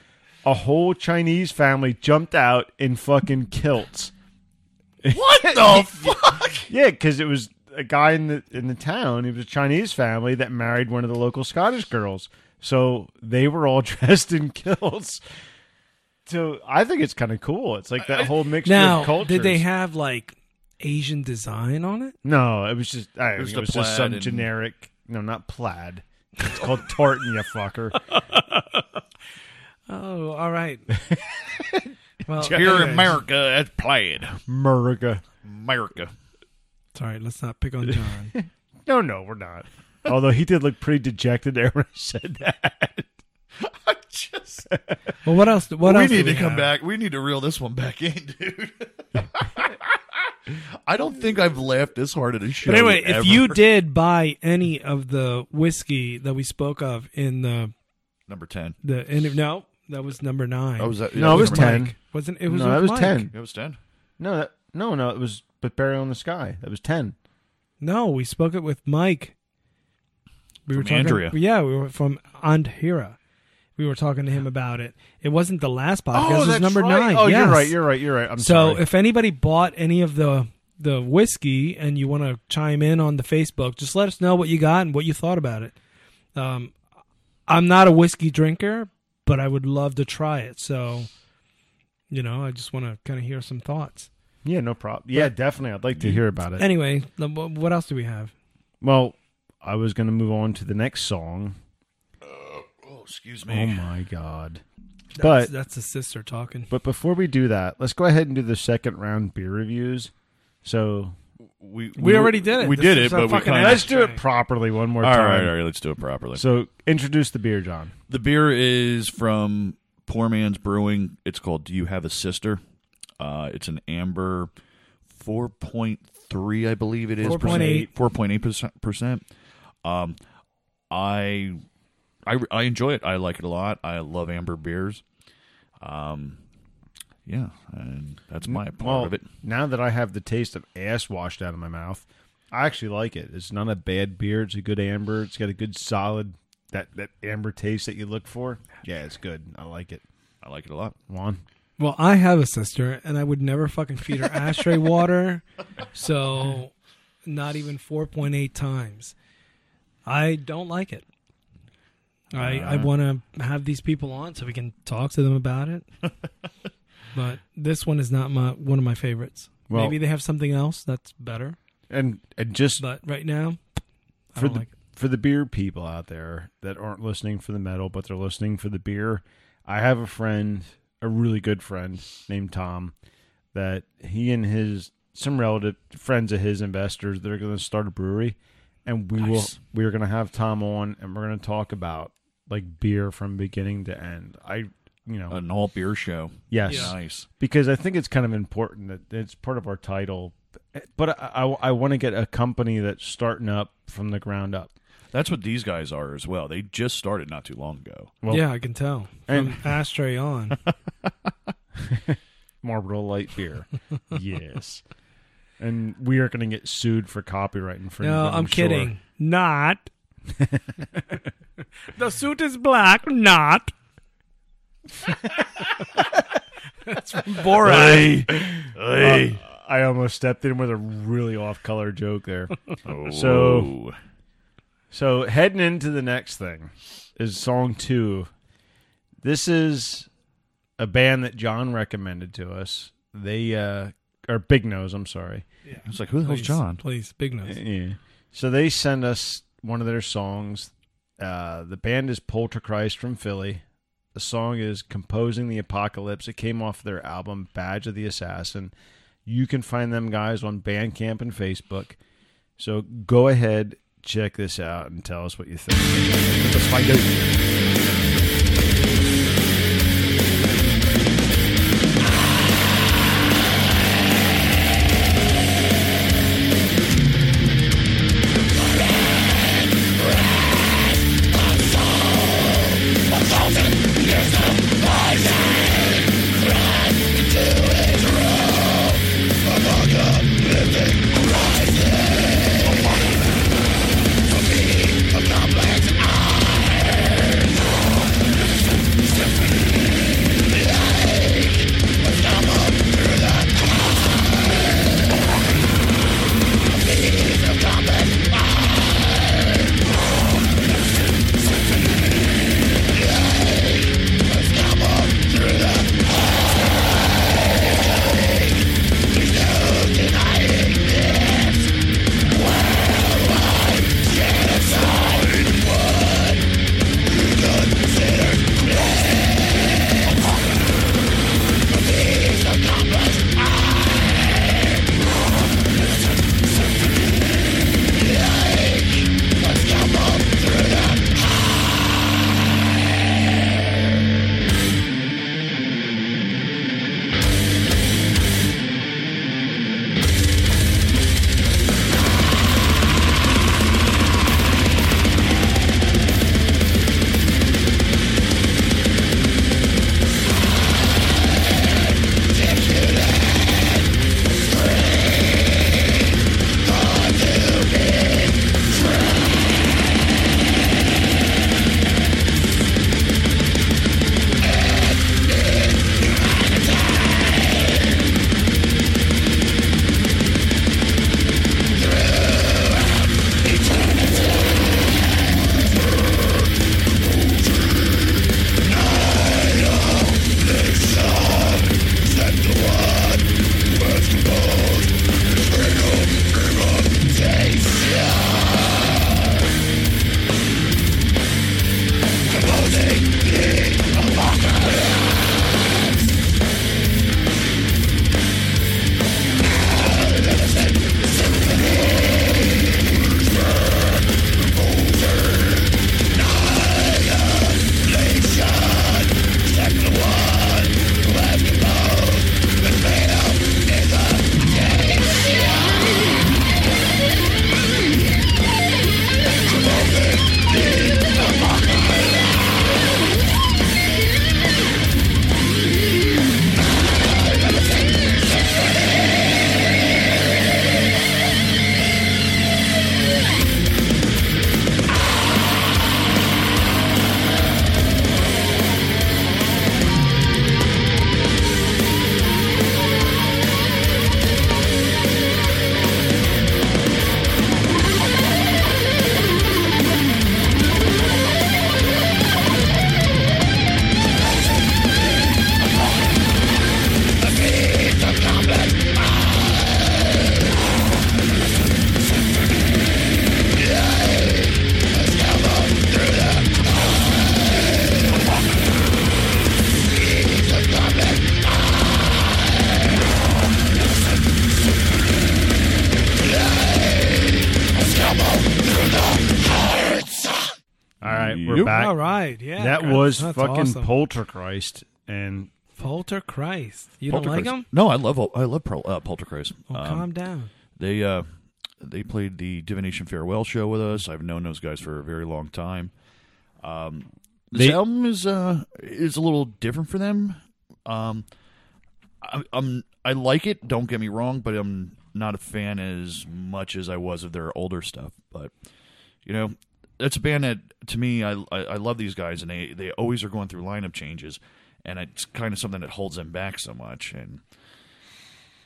Speaker 1: a whole Chinese family jumped out in fucking kilts.
Speaker 3: What the fuck?
Speaker 1: Yeah, because it was a guy in the in the town. It was a Chinese family that married one of the local Scottish girls, so they were all dressed in kilts. So I think it's kind of cool. It's like that whole mixture
Speaker 2: Now,
Speaker 1: of cultures.
Speaker 2: did they have like Asian design on it?
Speaker 1: no, it was just I, it was,
Speaker 3: was the
Speaker 1: just
Speaker 3: plaid
Speaker 1: some
Speaker 3: and-
Speaker 1: generic. No, not plaid. It's called tartan, you fucker.
Speaker 2: Oh, all right. well,
Speaker 3: Here in
Speaker 2: anyways.
Speaker 3: America, that's played.
Speaker 1: America.
Speaker 3: America.
Speaker 2: Sorry, let's not pick on John.
Speaker 1: No, no, we're not. Although he did look pretty dejected there when I said that.
Speaker 3: I just.
Speaker 2: well, what else? What
Speaker 3: we
Speaker 2: else do
Speaker 3: need to
Speaker 2: we
Speaker 3: come
Speaker 2: have?
Speaker 3: back. We need to reel this one back in, dude. I don't think I've laughed this hard at a show.
Speaker 2: But anyway,
Speaker 3: ever.
Speaker 2: if you did buy any of the whiskey that we spoke of in the
Speaker 3: number ten,
Speaker 2: the end of no, that was number nine.
Speaker 3: oh, was that,
Speaker 1: No, it was
Speaker 3: number nine.
Speaker 1: ten.
Speaker 2: Wasn't it? Was
Speaker 1: no, that
Speaker 2: with
Speaker 1: was
Speaker 2: Mike.
Speaker 1: ten.
Speaker 3: It was ten.
Speaker 1: No, that, no, no. It was but burial in the sky. That was ten.
Speaker 2: No, we spoke it with Mike. We were
Speaker 3: From
Speaker 2: talking.
Speaker 3: Andrea.
Speaker 2: Yeah, we were from Andhira. We were talking to him about it. It wasn't the last podcast. it was number nine.
Speaker 1: Oh,
Speaker 2: yes.
Speaker 1: you're Oh, right. You're right. You're right. I'm
Speaker 2: so
Speaker 1: sorry.
Speaker 2: if anybody bought any of the the whiskey and you want to chime in on the Facebook, just let us know what you got and what you thought about it. Um, I'm not a whiskey drinker, but I would love to try it. So, you know, I just want to kind of hear some thoughts.
Speaker 1: yeah, no problem. Yeah, definitely. I'd like to hear about it.
Speaker 2: Anyway, the- wh- what else do we have?
Speaker 1: well, I was going to move on to the next song.
Speaker 3: Oh, excuse
Speaker 1: Oh
Speaker 3: me.
Speaker 1: my god!
Speaker 2: That's,
Speaker 1: But
Speaker 2: that's the sister talking.
Speaker 1: but before we do that, let's go ahead and do the second round beer reviews. So
Speaker 3: we,
Speaker 2: We, already did it.
Speaker 3: We
Speaker 2: This
Speaker 3: did
Speaker 2: is
Speaker 3: it,
Speaker 2: our
Speaker 3: but we
Speaker 2: fucking
Speaker 3: kinda-
Speaker 2: ass
Speaker 1: let's do it
Speaker 2: track.
Speaker 1: properly one more
Speaker 3: All
Speaker 1: time.
Speaker 3: right, all right. Let's do it properly.
Speaker 1: So introduce the beer, John.
Speaker 3: The beer is from Poor Man's Brewing. It's called Do You Have a Sister? Uh, it's an amber 4.3, I believe it is.
Speaker 2: 4.8.
Speaker 3: 4.8 percent. Um, I, I, I enjoy it. I like it a lot. I love amber beers. Um, yeah, and that's my part
Speaker 1: Well,
Speaker 3: of it.
Speaker 1: now that I have the taste of ass washed out of my mouth, I actually like it. It's not a bad beer. It's a good amber. It's got a good solid that that amber taste that you look for. Yeah, it's good. I like it.
Speaker 3: I like it a lot.
Speaker 1: Juan,
Speaker 2: Well, I have a sister, and I would never fucking feed her ashtray water. So, not even 4.8 times. I don't like it. I,
Speaker 1: Uh.
Speaker 2: I want to have these people on so we can talk to them about it. but this one is not my one of my favorites.
Speaker 1: Well-
Speaker 2: Maybe they have something else that's better.
Speaker 1: and and just
Speaker 2: But right now, I
Speaker 1: for
Speaker 2: don't
Speaker 1: the
Speaker 2: like it.
Speaker 1: for the beer people out there that aren't listening for the metal, but they're listening for the beer. I have a friend, a really good friend named Tom, that he and his some relative friends of his investors that are going to start a brewery, and we will
Speaker 2: Nice.
Speaker 1: we are going to have Tom on, and we're going to talk about like beer from beginning to end. I you know
Speaker 3: An all beer show.
Speaker 1: yes
Speaker 3: Nice.
Speaker 1: because I think it's kind of important that it's part of our title. But I, I, I want to get a company that's starting up from the ground up.
Speaker 3: That's what these guys are as well. They just started not too long ago.
Speaker 1: Well-
Speaker 2: yeah, I can tell. From ashtray on.
Speaker 1: Marlboro Light beer. yes. And we are going to get sued for copyright infringement.
Speaker 2: No, I'm,
Speaker 1: sure.
Speaker 2: kidding. Not. the suit is black. Not. That's from Borat.
Speaker 3: Um,
Speaker 1: Uh, I almost stepped in with a really off-color joke there. So- so heading into the next thing is song two. This is a band that John recommended to us. They uh, are Big Nose. I'm sorry.
Speaker 3: it's like who the hell's
Speaker 2: Please,
Speaker 3: John?
Speaker 2: Please, big nose.
Speaker 1: Yeah. So they send us one of their songs. Uh, the band is Poltergeist from Philly. The song is "Composing the Apocalypse." It came off their album "Badge of the Assassin." You can find them guys on Bandcamp and Facebook. So go ahead, check this out, and tell us what you think. Let's find out. right.
Speaker 2: All right. Yeah.
Speaker 1: that
Speaker 2: Chris,
Speaker 1: was
Speaker 2: that's
Speaker 1: fucking
Speaker 2: awesome.
Speaker 1: Poltergeist, and
Speaker 2: Polter Christ. You don't like
Speaker 3: Poltergeist.
Speaker 2: him? Oh,
Speaker 3: No, I love I love Pro, uh, Poltergeist.
Speaker 2: Well,
Speaker 3: Um,
Speaker 2: calm down.
Speaker 3: They uh, they played the Divination Farewell show with us. I've known those guys for a very long time. Um, this
Speaker 1: They-
Speaker 3: album is uh, is a little different for them. Um, I, I'm I like it. Don't get me wrong, but I'm not a fan as much as I was of their older stuff. But you know, that's a band that to me I, I I love these guys, and they they always are going through lineup changes, and it's kind of something that holds them back so much. And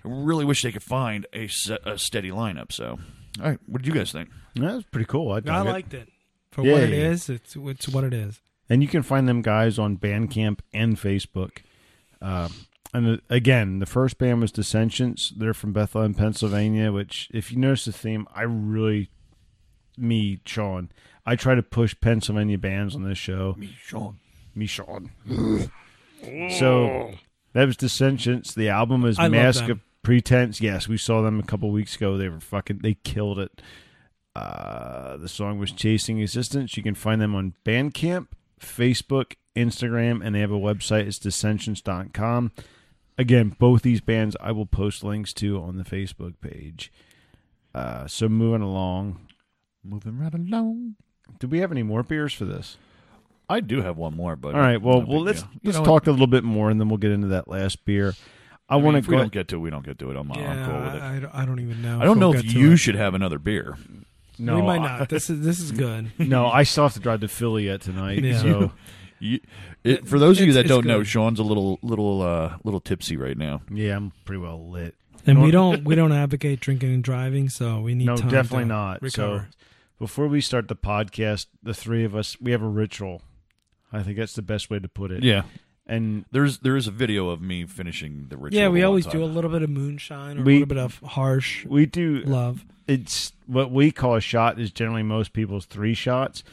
Speaker 3: I really wish they could find a, se- a steady lineup. So, all right, what did you guys think?
Speaker 1: that was pretty cool. I,
Speaker 2: I
Speaker 1: dug it.
Speaker 2: liked it. For
Speaker 1: Yeah,
Speaker 2: what it
Speaker 1: yeah, yeah.
Speaker 2: is, it's it's what it is.
Speaker 1: and you can find them guys on Bandcamp and Facebook. Uh, and uh, again, the first band was Dissensions. They're from Bethlehem, Pennsylvania. Which, if you notice the theme, I really, me Sean, I try to push Pennsylvania bands on this show.
Speaker 3: Me, Sean.
Speaker 1: Me Sean. so that was Dissensions. The album is
Speaker 2: I love
Speaker 1: Mask
Speaker 2: them.
Speaker 1: of Pretense. Yes, we saw them a couple weeks ago. They were fucking. They killed it. Uh, the song was Chasing Existence. You can find them on Bandcamp, Facebook, Instagram, and they have a website. It's dissensions.com. Again, both these bands I will post links to on the Facebook page. Uh, so moving along.
Speaker 3: Moving right along.
Speaker 1: Do we have any more beers for this?
Speaker 3: I do have one more, but
Speaker 1: All right. Well,
Speaker 3: no
Speaker 1: well,
Speaker 3: big
Speaker 1: let's
Speaker 3: deal. You
Speaker 1: let's
Speaker 3: know what?
Speaker 1: talk a little bit more, and then we'll get into that last beer. I,
Speaker 3: mean,
Speaker 1: want to
Speaker 3: if we
Speaker 1: go.
Speaker 3: don't get to, it, we don't get to it. I'm, I'm cool with it.
Speaker 2: I, I don't- I don't even know.
Speaker 3: I don't know
Speaker 2: we'll
Speaker 3: if
Speaker 2: get to
Speaker 3: you
Speaker 2: it.
Speaker 3: should have another beer.
Speaker 1: No,
Speaker 2: we might
Speaker 1: I-
Speaker 2: not. This is this is good.
Speaker 1: no, I still have to drive to Philly yet tonight.
Speaker 2: Yeah.
Speaker 1: So
Speaker 3: You, it, for those of you
Speaker 2: It's-
Speaker 3: that
Speaker 2: it's
Speaker 3: don't know,
Speaker 2: good.
Speaker 3: Sean's a little little uh, little tipsy right now.
Speaker 1: yeah, I'm pretty well lit.
Speaker 2: And
Speaker 1: No.
Speaker 2: we don't we don't advocate drinking and driving, so we need
Speaker 1: No,
Speaker 2: time
Speaker 1: definitely
Speaker 2: to
Speaker 1: not.
Speaker 2: Recover.
Speaker 1: So before we start the podcast, the three of us we have a ritual. I think that's the best way to put it.
Speaker 3: Yeah,
Speaker 1: and
Speaker 3: there's there is a video of me finishing the ritual.
Speaker 2: yeah, we
Speaker 3: one
Speaker 2: always
Speaker 3: time.
Speaker 2: do a little bit of moonshine or
Speaker 1: We-
Speaker 2: a little bit of harsh
Speaker 1: we do.
Speaker 2: love
Speaker 1: It's what we call a shot is generally most people's three shots,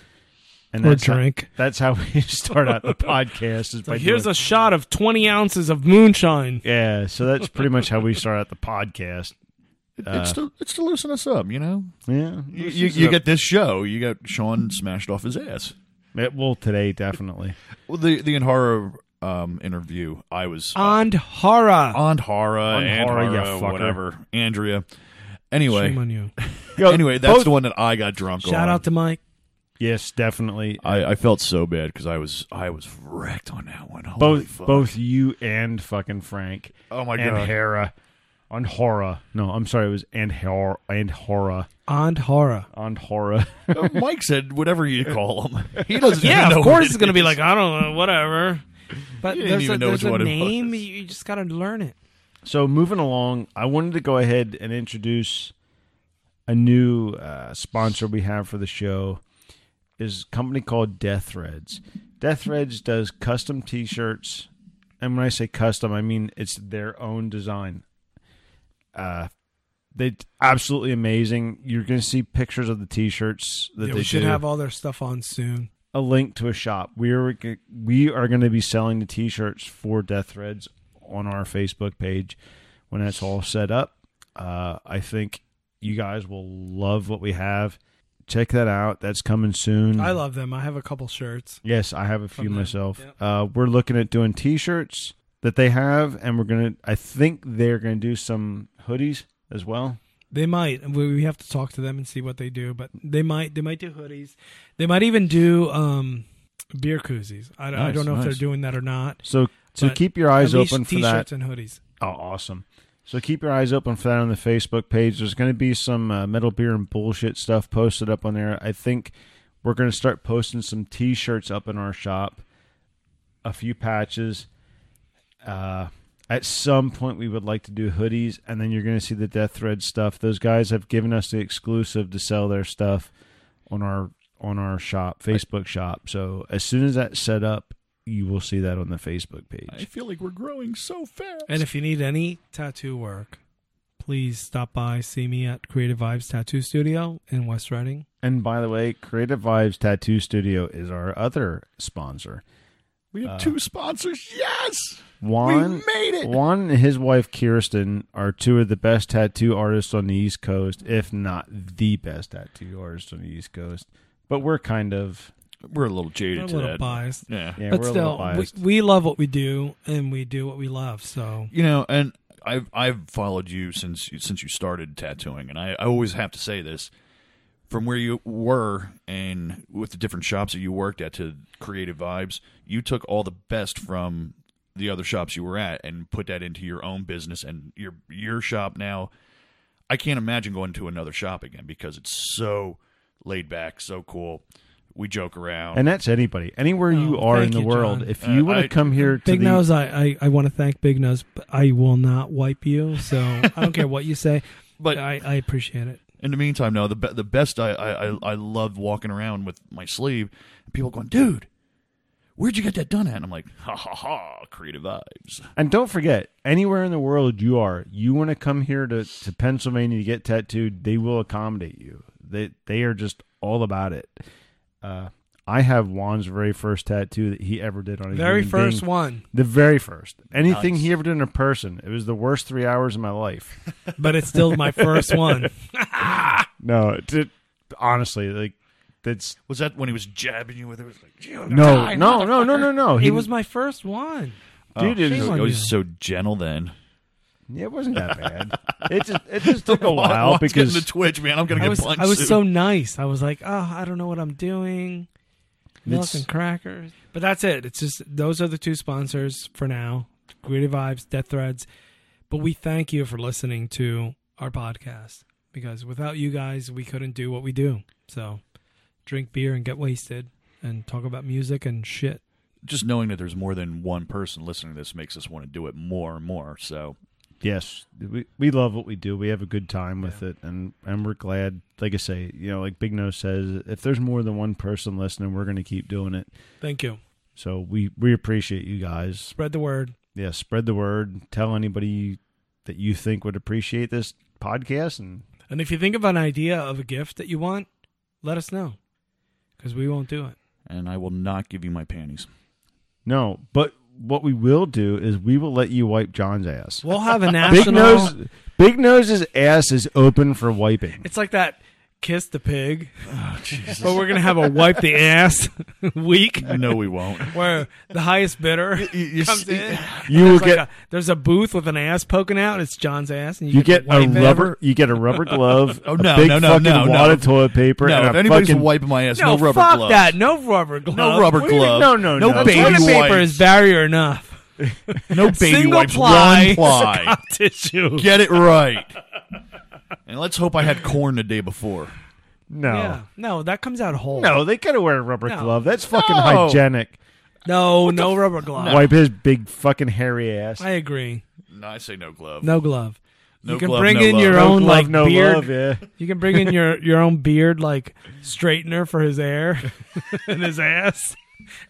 Speaker 1: and
Speaker 2: or
Speaker 1: that's how-
Speaker 2: drink.
Speaker 1: that's how we start out the podcast. Is by doing
Speaker 2: a shot of twenty ounces of moonshine.
Speaker 1: Yeah, so that's pretty much how we start out the podcast.
Speaker 3: It-
Speaker 1: Uh,
Speaker 3: it's to it's to loosen us up, you know.
Speaker 1: Yeah,
Speaker 3: You, you, you get this show. You got Sean smashed off his ass.
Speaker 1: it. Well, today definitely.
Speaker 3: Well, the the Inhara um, interview, I was
Speaker 2: And horror.
Speaker 3: Aunt Hara,
Speaker 1: Hara,
Speaker 3: Aunt Hara,
Speaker 1: you fucker.
Speaker 3: whatever, Andrea. Anyway,
Speaker 2: Shame on you.
Speaker 3: anyway, that's
Speaker 1: Both-
Speaker 3: the one that I got drunk on.
Speaker 2: Shout out to Mike.
Speaker 1: yes, definitely.
Speaker 3: I, I felt so bad because I was I was wrecked on that one. Holy
Speaker 1: both
Speaker 3: fuck.
Speaker 1: both you and fucking Frank
Speaker 3: Oh my
Speaker 1: and
Speaker 3: god!
Speaker 1: Hera on Hora. No, I'm sorry, it was and Hera and Hora
Speaker 2: And horror.
Speaker 1: on Hora.
Speaker 3: Uh, Mike said whatever you call him. He doesn't.
Speaker 2: Yeah,
Speaker 3: even know
Speaker 2: of course
Speaker 3: what
Speaker 2: it's
Speaker 3: it
Speaker 2: gonna be
Speaker 3: is.
Speaker 2: like I don't know, whatever. But
Speaker 3: You didn't
Speaker 2: there's a,
Speaker 3: even know
Speaker 2: there's a
Speaker 3: what it
Speaker 2: name.
Speaker 3: was.
Speaker 2: You just gotta learn it.
Speaker 1: so moving along, I wanted to go ahead and introduce a new uh, sponsor we have for the show is a company called Death Threads. Death Threads does custom T-shirts, and when I say custom, I mean it's their own design. Uh, they absolutely amazing. You're going to see pictures of the T-shirts that
Speaker 2: Yeah,
Speaker 1: they
Speaker 2: we should
Speaker 1: do
Speaker 2: have all their stuff on soon.
Speaker 1: a link to a shop. We are g- we are going to be selling the t-shirts for Death Threads on our Facebook page when that's all set up. Uh, I think you guys will love what we have. Check that out. That's coming
Speaker 3: Hmm.
Speaker 1: soon.
Speaker 2: I love them. I have a couple shirts.
Speaker 1: Yes, I have a
Speaker 2: From
Speaker 1: few
Speaker 2: them,
Speaker 1: myself.
Speaker 2: yep.
Speaker 1: Uh, we're looking at doing T-shirts that they have, and we're gonna. I think they're gonna do some hoodies as well.
Speaker 2: They might. We, we have to talk to them and see what they do, but they might. They might do hoodies. They might even do um, beer koozies. I, don't- I
Speaker 3: Nice,
Speaker 2: don't know if
Speaker 3: nice.
Speaker 2: they're doing that or not.
Speaker 1: So so
Speaker 2: But
Speaker 1: keep your eyes
Speaker 2: At least
Speaker 1: open for that.
Speaker 2: t-shirts and hoodies.
Speaker 1: Oh, awesome. So keep your eyes open for that on the Facebook page. There's going to be some uh, metal beer and bullshit stuff posted up on there. I think we're going to start posting some t-shirts up in our shop, a few patches. Uh, at some point, we would like to do hoodies, and then you're going to see the Death Thread stuff. Those guys have given us the exclusive to sell their stuff on our on our shop Facebook shop. So as soon as that's set up, you will see that on the Facebook page.
Speaker 3: I feel like we're growing so fast.
Speaker 2: And if you need any tattoo work, please stop by. See me at Creative Vibes Tattoo Studio in West Reading.
Speaker 1: And by the way, Creative Vibes Tattoo Studio is our other sponsor.
Speaker 3: we have
Speaker 1: uh,
Speaker 3: two sponsors, yes,
Speaker 1: Juan,
Speaker 3: we made it.
Speaker 1: Juan and his wife Kirsten are two of the best tattoo artists on the East Coast, if not the best tattoo artist on the East Coast. But we're kind of
Speaker 3: we're a little jaded
Speaker 2: We're a
Speaker 3: to
Speaker 2: little
Speaker 3: that.
Speaker 2: biased.
Speaker 3: Yeah.
Speaker 1: Yeah,
Speaker 2: but
Speaker 1: we're a little
Speaker 2: still, we,
Speaker 1: biased.
Speaker 2: we love what we do and we do what we love. So
Speaker 3: you know, and I've I've followed you since since you started tattooing, and I, I always have to say this: from where you were and with the different shops that you worked at to Creative Vibes, you took all the best from the other shops you were at and put that into your own business and your your shop now. I can't imagine going to another shop again because it's so laid back, so cool. We joke around.
Speaker 1: And that's anybody, anywhere you
Speaker 2: Oh,
Speaker 1: are in
Speaker 2: thank
Speaker 1: the
Speaker 2: you,
Speaker 1: world.
Speaker 2: John.
Speaker 1: If
Speaker 3: Uh,
Speaker 1: you want
Speaker 3: I-
Speaker 1: to come here to
Speaker 2: Big
Speaker 1: the,
Speaker 2: Nose, I, I, I want to thank Big Nose, but I will not wipe you. So I don't care what you say,
Speaker 3: but
Speaker 2: I, I appreciate it.
Speaker 3: In the meantime, no, the be- the best I I I- I love walking around with my sleeve. And people going, dude, where'd you get that done at? And I'm like, ha ha ha, creative vibes.
Speaker 1: and don't forget, anywhere in the world you are, you want to come here to, to Pennsylvania to get tattooed, they will accommodate you. They they are just all about it. Uh, I have Juan's very first tattoo that he ever did on a
Speaker 2: Very
Speaker 1: human
Speaker 2: first
Speaker 1: being.
Speaker 2: one,
Speaker 1: The very first. Anything
Speaker 3: Nice.
Speaker 1: he ever did in a person. It was the worst three hours of my life.
Speaker 2: but it's still my first one.
Speaker 1: No, it, it- honestly, like that's
Speaker 3: Was that when he was jabbing you with it? It was like, "You're gonna
Speaker 1: no,
Speaker 3: die,
Speaker 1: no, no, no, no, no.
Speaker 2: It was my first one.
Speaker 1: dude. it
Speaker 3: motherfucker."
Speaker 1: was,
Speaker 2: Shame on
Speaker 3: I
Speaker 2: you.
Speaker 3: was Oh, so gentle then.
Speaker 1: yeah, it wasn't that bad. It just it just took a
Speaker 3: Why-
Speaker 1: while
Speaker 3: why's
Speaker 1: because
Speaker 3: getting the twitch, man, I'm gonna
Speaker 2: I
Speaker 3: get
Speaker 2: was,
Speaker 3: punched.
Speaker 2: I was
Speaker 3: soon.
Speaker 2: so nice. I was like, oh, I don't know what I'm doing. Milk
Speaker 1: It's-
Speaker 2: and crackers. But that's it. It's just those are the two sponsors for now. Creative Vibes, Death Threads. But we thank you for listening to our podcast because without you guys, we couldn't do what we do. So drink beer and get wasted and talk about music and shit.
Speaker 3: just knowing that there's more than one person listening to this makes us want to do it more and more. So
Speaker 1: Yes, we we love what we do. We have a good time with it, and and we're glad. Like I say, you know, like Big Nose says, if there's more than one person listening, we're going to keep doing it.
Speaker 2: Thank you.
Speaker 1: So we we appreciate you guys.
Speaker 2: Spread the word.
Speaker 1: Yeah, spread the word. Tell anybody that you think would appreciate this podcast, and
Speaker 2: And if you think of an idea of a gift that you want, let us know because we won't do it.
Speaker 3: and I will not give you my panties.
Speaker 1: no, but what we will do is we will let you wipe John's ass.
Speaker 2: We'll have a national.
Speaker 1: Big Nose, Big Nose's ass is open for wiping.
Speaker 2: It's like that kiss the pig.
Speaker 3: Oh,
Speaker 2: But we're gonna have a wipe the ass week
Speaker 3: No, we won't.
Speaker 2: where the highest bidder
Speaker 3: You- you
Speaker 2: comes
Speaker 3: see-
Speaker 2: in.
Speaker 1: You will
Speaker 2: There's, like
Speaker 1: get
Speaker 2: a, there's a booth with an ass poking out. It's John's ass, and you,
Speaker 1: You get
Speaker 2: to
Speaker 1: a
Speaker 2: wipe it.
Speaker 1: rubber. You get a rubber glove.
Speaker 3: Oh,
Speaker 1: a
Speaker 3: no,
Speaker 1: big
Speaker 3: no, no,
Speaker 1: fucking
Speaker 3: no, no.
Speaker 1: wad of toilet paper.
Speaker 3: No,
Speaker 1: and
Speaker 3: if
Speaker 1: a
Speaker 3: anybody's
Speaker 1: fucking,
Speaker 3: wiping my ass,
Speaker 2: No,
Speaker 3: no rubber
Speaker 2: fuck
Speaker 3: gloves.
Speaker 2: that. No rubber glove.
Speaker 3: No rubber
Speaker 1: What do you mean?
Speaker 3: glove.
Speaker 1: No, no,
Speaker 3: no.
Speaker 1: no.
Speaker 3: baby
Speaker 2: Toilet paper
Speaker 3: wipes.
Speaker 2: is barrier enough.
Speaker 3: No baby
Speaker 2: Single
Speaker 3: wipes.
Speaker 2: ply.
Speaker 3: One ply.
Speaker 2: Tissue.
Speaker 3: Get it right. and let's hope I had corn the day before.
Speaker 1: No,
Speaker 2: Yeah. No, that comes out whole.
Speaker 1: no, they gotta wear a rubber
Speaker 2: No.
Speaker 1: glove. That's fucking
Speaker 3: No.
Speaker 1: hygienic.
Speaker 2: no, no rubber glove.
Speaker 1: Wipe his big fucking hairy ass.
Speaker 2: I agree.
Speaker 3: No, I say no glove.
Speaker 2: No glove.
Speaker 3: No
Speaker 2: you can
Speaker 3: glove,
Speaker 2: bring
Speaker 3: no
Speaker 2: in
Speaker 3: love.
Speaker 2: your
Speaker 1: no
Speaker 2: own
Speaker 1: glove,
Speaker 2: like
Speaker 1: no
Speaker 2: beard.
Speaker 1: love. Yeah,
Speaker 2: You can bring in your your own beard like straightener for his hair and his ass.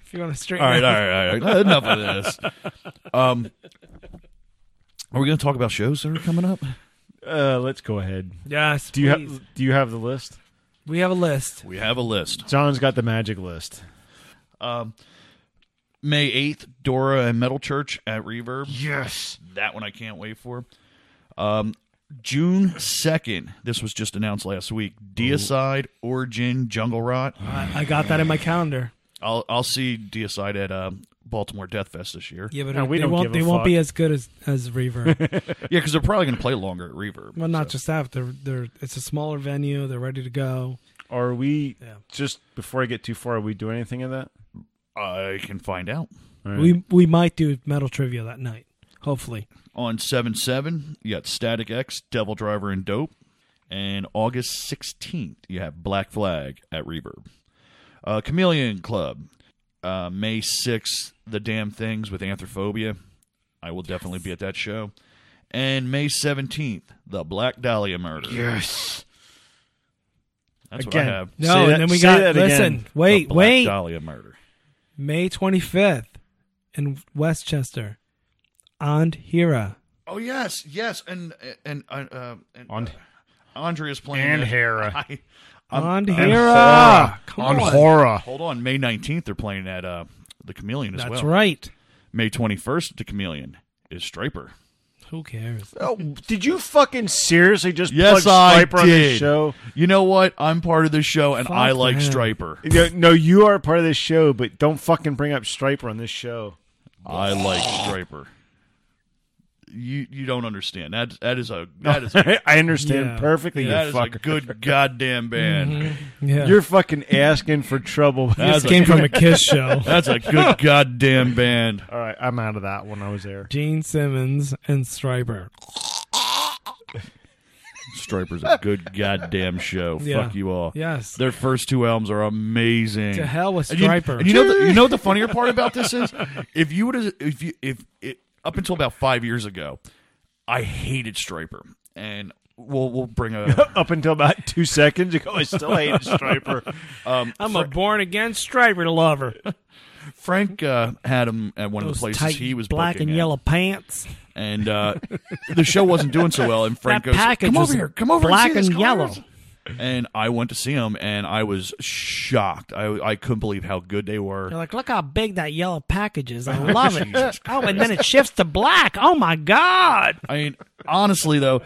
Speaker 2: If you want to straighten.
Speaker 3: All right,
Speaker 2: out-
Speaker 3: all right, all right. Enough of this. Um, are we going to talk about shows that are coming up?
Speaker 1: uh, let's go ahead.
Speaker 2: Yes.
Speaker 1: Do you
Speaker 2: please.
Speaker 1: have Do you have the list?
Speaker 2: We have a list.
Speaker 3: We have a list.
Speaker 1: John's got the magic list.
Speaker 3: Um, May eighth, Dora and Metal Church at Reverb.
Speaker 1: Yes.
Speaker 3: That one I can't wait for. Um, June second. This was just announced last week. Deicide, Origin, Jungle Rot.
Speaker 2: I, I got that in my calendar.
Speaker 3: I'll I'll see Deicide at um, Baltimore Death Fest this year.
Speaker 2: Yeah, but
Speaker 1: No, we
Speaker 2: they
Speaker 1: don't
Speaker 2: won't.
Speaker 1: give a
Speaker 2: They won't
Speaker 1: fuck.
Speaker 2: be as good as as Reverb.
Speaker 3: Yeah, because they're probably going to play longer at Reverb.
Speaker 2: well, not just that. They're they're. It's a smaller venue. They're ready to go.
Speaker 1: Are we
Speaker 2: Yeah.
Speaker 1: just before I get too far? Are we doing anything of that?
Speaker 3: I can find out
Speaker 1: All right.
Speaker 2: We we might do metal trivia that night. Hopefully.
Speaker 3: on seven seven. You got Static X, Devil Driver, and Dope. And August sixteenth, you have Black Flag at Reverb. Uh, Chameleon Club, uh, May sixth, The Damn Things with Anthrophobia. I will definitely be at that show. And May seventeenth, The Black Dahlia Murder.
Speaker 1: yes.
Speaker 3: That's
Speaker 1: Again.
Speaker 3: what I have.
Speaker 2: No,
Speaker 1: Say
Speaker 2: and
Speaker 1: that-
Speaker 2: then we
Speaker 1: say
Speaker 2: got.
Speaker 1: that again.
Speaker 2: Listen,
Speaker 3: The
Speaker 2: wait,
Speaker 3: Black
Speaker 2: wait.
Speaker 3: Dahlia Murder.
Speaker 2: May twenty fifth in Westchester, and Hira.
Speaker 3: Oh yes, yes, and and uh, uh, and uh,
Speaker 1: On-
Speaker 3: Andrea's playing
Speaker 1: And
Speaker 3: that.
Speaker 1: Hera.
Speaker 3: I- I'm-
Speaker 2: And
Speaker 3: I'm-
Speaker 2: Hira. Come
Speaker 1: on
Speaker 2: on.
Speaker 1: horror.
Speaker 3: Hold on, May nineteenth they're playing at uh, the Chameleon as
Speaker 2: That's
Speaker 3: well.
Speaker 2: right.
Speaker 3: May twenty first the Chameleon is Striper.
Speaker 2: Who cares?
Speaker 1: Oh, did you fucking seriously just
Speaker 3: Yes, I
Speaker 1: plug Striper on
Speaker 3: did.
Speaker 1: this show?
Speaker 3: You know what? I'm part of this show, and
Speaker 2: Fuck
Speaker 3: I like
Speaker 2: that.
Speaker 3: Striper.
Speaker 1: No, no, you are part of this show, but don't fucking bring up Striper on this show.
Speaker 3: I like Striper. You you don't understand. That that is a that is a,
Speaker 1: I understand
Speaker 2: Yeah.
Speaker 1: perfectly.
Speaker 3: that
Speaker 1: you
Speaker 3: is a
Speaker 1: fucker.
Speaker 3: good goddamn band.
Speaker 2: Mm-hmm. Yeah.
Speaker 1: You're fucking asking for trouble.
Speaker 3: That's
Speaker 2: this came
Speaker 3: a,
Speaker 2: from a Kiss show.
Speaker 3: that's a good goddamn band.
Speaker 1: All right, I'm out of that one. I was there.
Speaker 2: Gene Simmons and Striper.
Speaker 3: Striper's a good goddamn show.
Speaker 2: Yeah.
Speaker 3: Fuck you all.
Speaker 2: Yes.
Speaker 3: Their first two albums are amazing.
Speaker 2: to hell with
Speaker 3: And you-
Speaker 2: Striper.
Speaker 3: And you, know, the, you know what the funnier part about this is, if you would, if you, if it, up until about five years ago, I hated Striper, and we'll we'll bring a
Speaker 1: Up until about two seconds ago, I still hate Striper.
Speaker 2: I'm a born again Striper lover.
Speaker 3: Frank uh, had him at one of
Speaker 2: Those
Speaker 3: the places
Speaker 2: tight
Speaker 3: he was
Speaker 2: black
Speaker 3: booking
Speaker 2: and
Speaker 3: at,
Speaker 2: yellow pants.
Speaker 3: and uh, the show wasn't doing so well. And Frank
Speaker 2: That
Speaker 3: goes,
Speaker 2: package
Speaker 3: "Come
Speaker 2: was
Speaker 3: over here, come over,
Speaker 2: black
Speaker 3: and, see
Speaker 2: and
Speaker 3: this
Speaker 2: yellow."
Speaker 3: cars." And I went to see him, and I was shocked. I I couldn't believe how good they were.
Speaker 2: You're like, look how big that yellow package is. I love it. oh, and then it shifts to black. Oh my god.
Speaker 3: I mean, honestly though,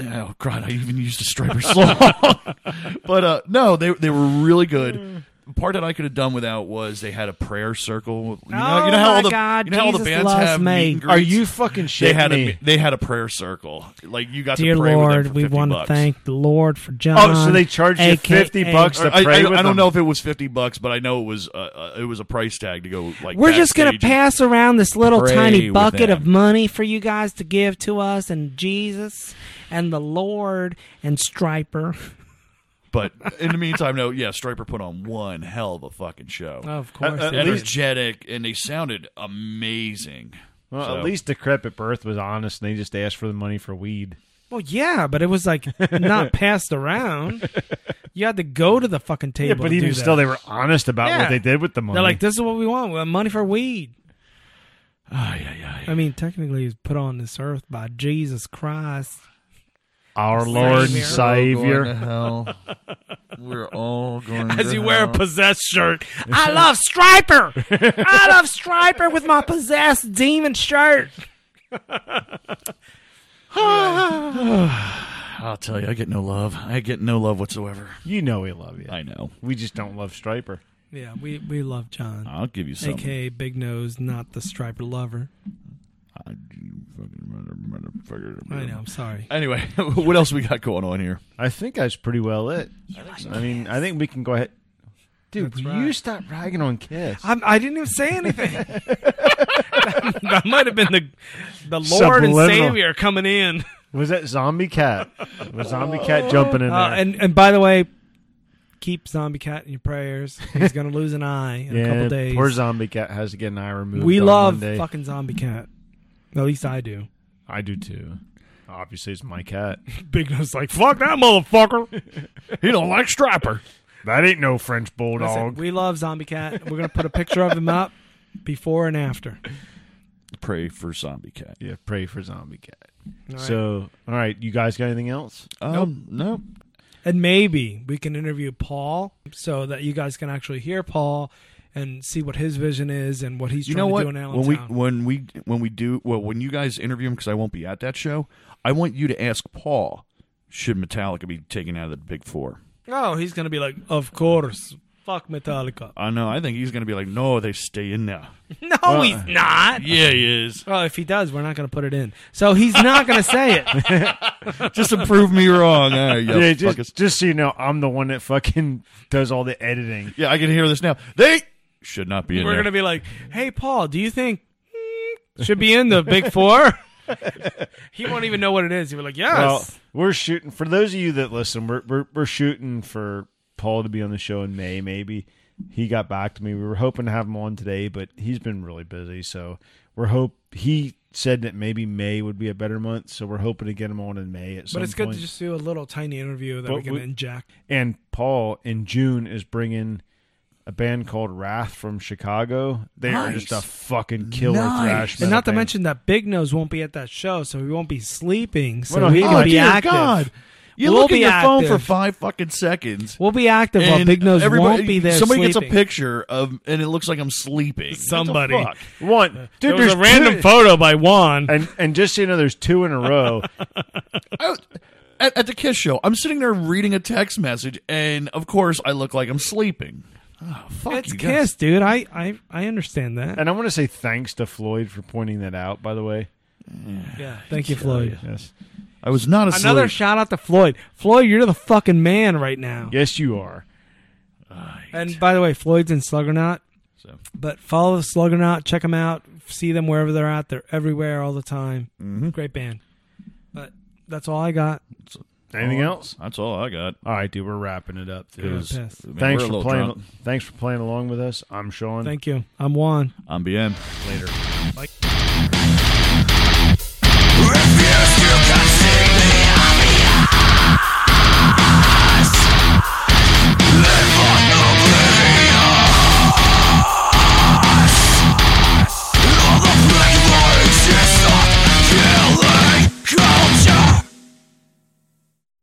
Speaker 3: oh god, I even used a striper song. but uh, no, they they were really good. The Part that I could have done without was they had a prayer circle. You know, you know
Speaker 2: Oh,
Speaker 3: how all
Speaker 2: my
Speaker 3: the
Speaker 2: God,
Speaker 3: you know how all the
Speaker 2: Jesus
Speaker 3: bands
Speaker 2: loves
Speaker 3: have
Speaker 2: me.
Speaker 3: meet and
Speaker 1: Are
Speaker 3: greets?
Speaker 1: you fucking
Speaker 3: They
Speaker 1: shitting
Speaker 3: had
Speaker 1: me?
Speaker 3: a they had a prayer circle. Like you got
Speaker 2: Dear
Speaker 3: to pray with
Speaker 2: Lord,
Speaker 3: them for
Speaker 2: we
Speaker 3: 50
Speaker 2: want to
Speaker 3: bucks.
Speaker 2: thank the Lord for John.
Speaker 1: Oh, so they charged you 50 bucks
Speaker 3: Or
Speaker 1: to
Speaker 3: I,
Speaker 1: pray
Speaker 3: I-
Speaker 1: with
Speaker 3: I don't
Speaker 1: them.
Speaker 3: know if it was fifty bucks, but I know it was uh, uh, it was a price tag to go like.
Speaker 2: We're just gonna
Speaker 3: backstage and-
Speaker 2: pass around this little
Speaker 3: pray
Speaker 2: tiny
Speaker 3: with
Speaker 2: bucket
Speaker 3: them.
Speaker 2: of money for you guys to give to us and Jesus and the Lord and Striper.
Speaker 3: But in the meantime, no, yeah, Striper put on one hell Oh, of a fucking show.
Speaker 2: Of
Speaker 1: course Uh, uh, they did.
Speaker 3: energetic, and they sounded amazing.
Speaker 1: Well,
Speaker 3: So-
Speaker 1: at least Decrepit Birth was honest, and they just asked for the money for weed.
Speaker 2: Well, yeah, but it was like not passed around. You had to go to the fucking table.
Speaker 1: Yeah, but
Speaker 2: to
Speaker 1: even
Speaker 2: do that.
Speaker 1: still, they were honest about
Speaker 2: Yeah.
Speaker 1: what they did with the money.
Speaker 2: they're like, "This is what we want: we want money for weed."
Speaker 3: Ay, ay, ay.
Speaker 2: I mean, technically, it's put on this earth by Jesus Christ.
Speaker 1: our Lord and Savior.
Speaker 3: hell. We're all going
Speaker 2: As you wear a possessed shirt, I love Striper. I love Striper with my possessed demon shirt.
Speaker 3: I'll tell you, I get no love. I get no love whatsoever.
Speaker 1: You know we love you.
Speaker 3: I know.
Speaker 1: We just don't love Striper.
Speaker 2: Yeah, we we love John,
Speaker 3: I'll give you some.
Speaker 2: aka Big Nose, not the Striper lover.
Speaker 3: I, you fucking mother- motherfucker.
Speaker 2: I know. I'm sorry.
Speaker 3: Anyway, what else we got going on here?
Speaker 1: I think that's pretty well it. I mean, I think we can go ahead. Dude,
Speaker 2: That's
Speaker 1: will
Speaker 2: right.
Speaker 1: you stop ragging on Kiss?
Speaker 2: I'm, I didn't even say anything. that might have been the the Lord
Speaker 1: Subliminal.
Speaker 2: and Savior coming in.
Speaker 1: Was that Zombie Cat? Was Zombie Cat jumping in there?
Speaker 2: Uh, and and by the way, keep Zombie Cat in your prayers. He's gonna lose an eye in
Speaker 1: yeah,
Speaker 2: a couple days.
Speaker 1: poor Zombie Cat has to get an eye removed.
Speaker 2: we
Speaker 1: on
Speaker 2: love
Speaker 1: Monday.
Speaker 2: fucking Zombie Cat. At least I do.
Speaker 1: I do too. Obviously, it's my cat.
Speaker 2: Big Nose like fuck that motherfucker.
Speaker 3: He don't like Striper.
Speaker 1: That ain't no French
Speaker 2: Listen,
Speaker 1: bulldog.
Speaker 2: we love Zombie Cat. We're gonna put a picture of him up before and after.
Speaker 3: Pray for Zombie Cat.
Speaker 1: yeah, pray for Zombie Cat.
Speaker 2: All right.
Speaker 1: So, all right, you guys got anything else?
Speaker 3: Um, nope.
Speaker 2: and maybe we can interview Paul so that you guys can actually hear Paul and see what his vision is and what he's
Speaker 3: you
Speaker 2: trying
Speaker 3: know what?
Speaker 2: to do in
Speaker 3: when we
Speaker 2: Allentown.
Speaker 3: when we when we do well, when you guys interview him because I won't be at that show, I want you to ask Paul should Metallica be taken out of the Big Four.
Speaker 2: oh, he's gonna be like, of course, fuck Metallica.
Speaker 3: I know. I think he's going to be like, no, they stay in there.
Speaker 2: No,
Speaker 1: uh,
Speaker 2: he's not.
Speaker 3: yeah, he is.
Speaker 2: Well, Oh, if he does, we're not going to put it in. So he's not going to say it.
Speaker 3: Just to prove me wrong. Ah, you
Speaker 1: yeah,
Speaker 3: fuckers.
Speaker 1: just, just so you know, I'm the one that fucking does all the editing.
Speaker 3: yeah, I can hear this now. They should not be in
Speaker 2: We're
Speaker 3: there.
Speaker 2: going to be like, "Hey, Paul, do you think mm, should be in the Big Four? he won't even know what it is. He'll be like, "Yes."
Speaker 1: Well, we're shooting for those of you that listen. We're, we're we're shooting for Paul to be on the show in May. Maybe he got back to me. We were hoping to have him on today, but he's been really busy. So we're hope he said that maybe May would be a better month. So we're hoping to get him on in May at some
Speaker 2: but it's
Speaker 1: point.
Speaker 2: good to just do a little tiny interview that we
Speaker 1: But
Speaker 2: can
Speaker 1: we-
Speaker 2: inject.
Speaker 1: and Paul in June is bringing. A band called Wrath from Chicago. They are
Speaker 3: Nice.
Speaker 1: just a fucking killer
Speaker 3: Nice.
Speaker 1: thrash metal
Speaker 2: And not to
Speaker 1: band.
Speaker 2: mention that Big Nose won't be at that show, so he won't be sleeping, so
Speaker 1: Well, no,
Speaker 2: he
Speaker 1: he
Speaker 2: can
Speaker 1: might-
Speaker 2: be
Speaker 1: Dear
Speaker 2: active.
Speaker 3: Oh, God. You
Speaker 2: We'll
Speaker 3: look at
Speaker 2: be
Speaker 3: your phone for
Speaker 2: active.
Speaker 3: five fucking seconds.
Speaker 2: We'll be active while
Speaker 3: and
Speaker 2: Big Nose
Speaker 3: everybody-
Speaker 2: won't be there.
Speaker 3: Somebody gets
Speaker 2: sleeping.
Speaker 3: a picture of, and it looks like I'm sleeping. What the
Speaker 2: Somebody.
Speaker 3: fuck?
Speaker 1: One,
Speaker 2: Dude,
Speaker 1: there was
Speaker 2: there's a random
Speaker 1: two-
Speaker 2: photo by Juan.
Speaker 1: and and just so you know, there's two in a row.
Speaker 3: I, at, at the Kiss show, I'm sitting there reading a text message, and of course, I look like I'm sleeping. Oh, fuck
Speaker 2: It's
Speaker 3: you
Speaker 2: Kiss,
Speaker 3: guys.
Speaker 2: dude. I, I, I understand that.
Speaker 1: and I want to say thanks to Floyd for pointing that out. By the way,
Speaker 2: Yeah. Thank you, Floyd.
Speaker 1: yes,
Speaker 3: I was not asleep.
Speaker 2: Another shout out to Floyd. Floyd, you're the fucking man right now.
Speaker 1: yes, you are.
Speaker 2: And by the way, Floyd's in Sluggernaut.
Speaker 3: So.
Speaker 2: But follow Sluggernaut, check them out, see them wherever they're at. They're everywhere all the time.
Speaker 3: Mm-hmm.
Speaker 2: Great band. But that's all I got.
Speaker 1: Anything
Speaker 3: Oh,
Speaker 1: else?
Speaker 3: That's all I got.
Speaker 1: All right, dude, we're wrapping it up. dude.
Speaker 2: Yeah, I'm pissed.
Speaker 3: I mean,
Speaker 1: Thanks
Speaker 3: we're a
Speaker 1: for
Speaker 3: little
Speaker 1: playing.
Speaker 3: drunk.
Speaker 1: Thanks for playing along with us. I'm Sean.
Speaker 2: Thank you. I'm Juan.
Speaker 3: I'm BN.
Speaker 1: Later.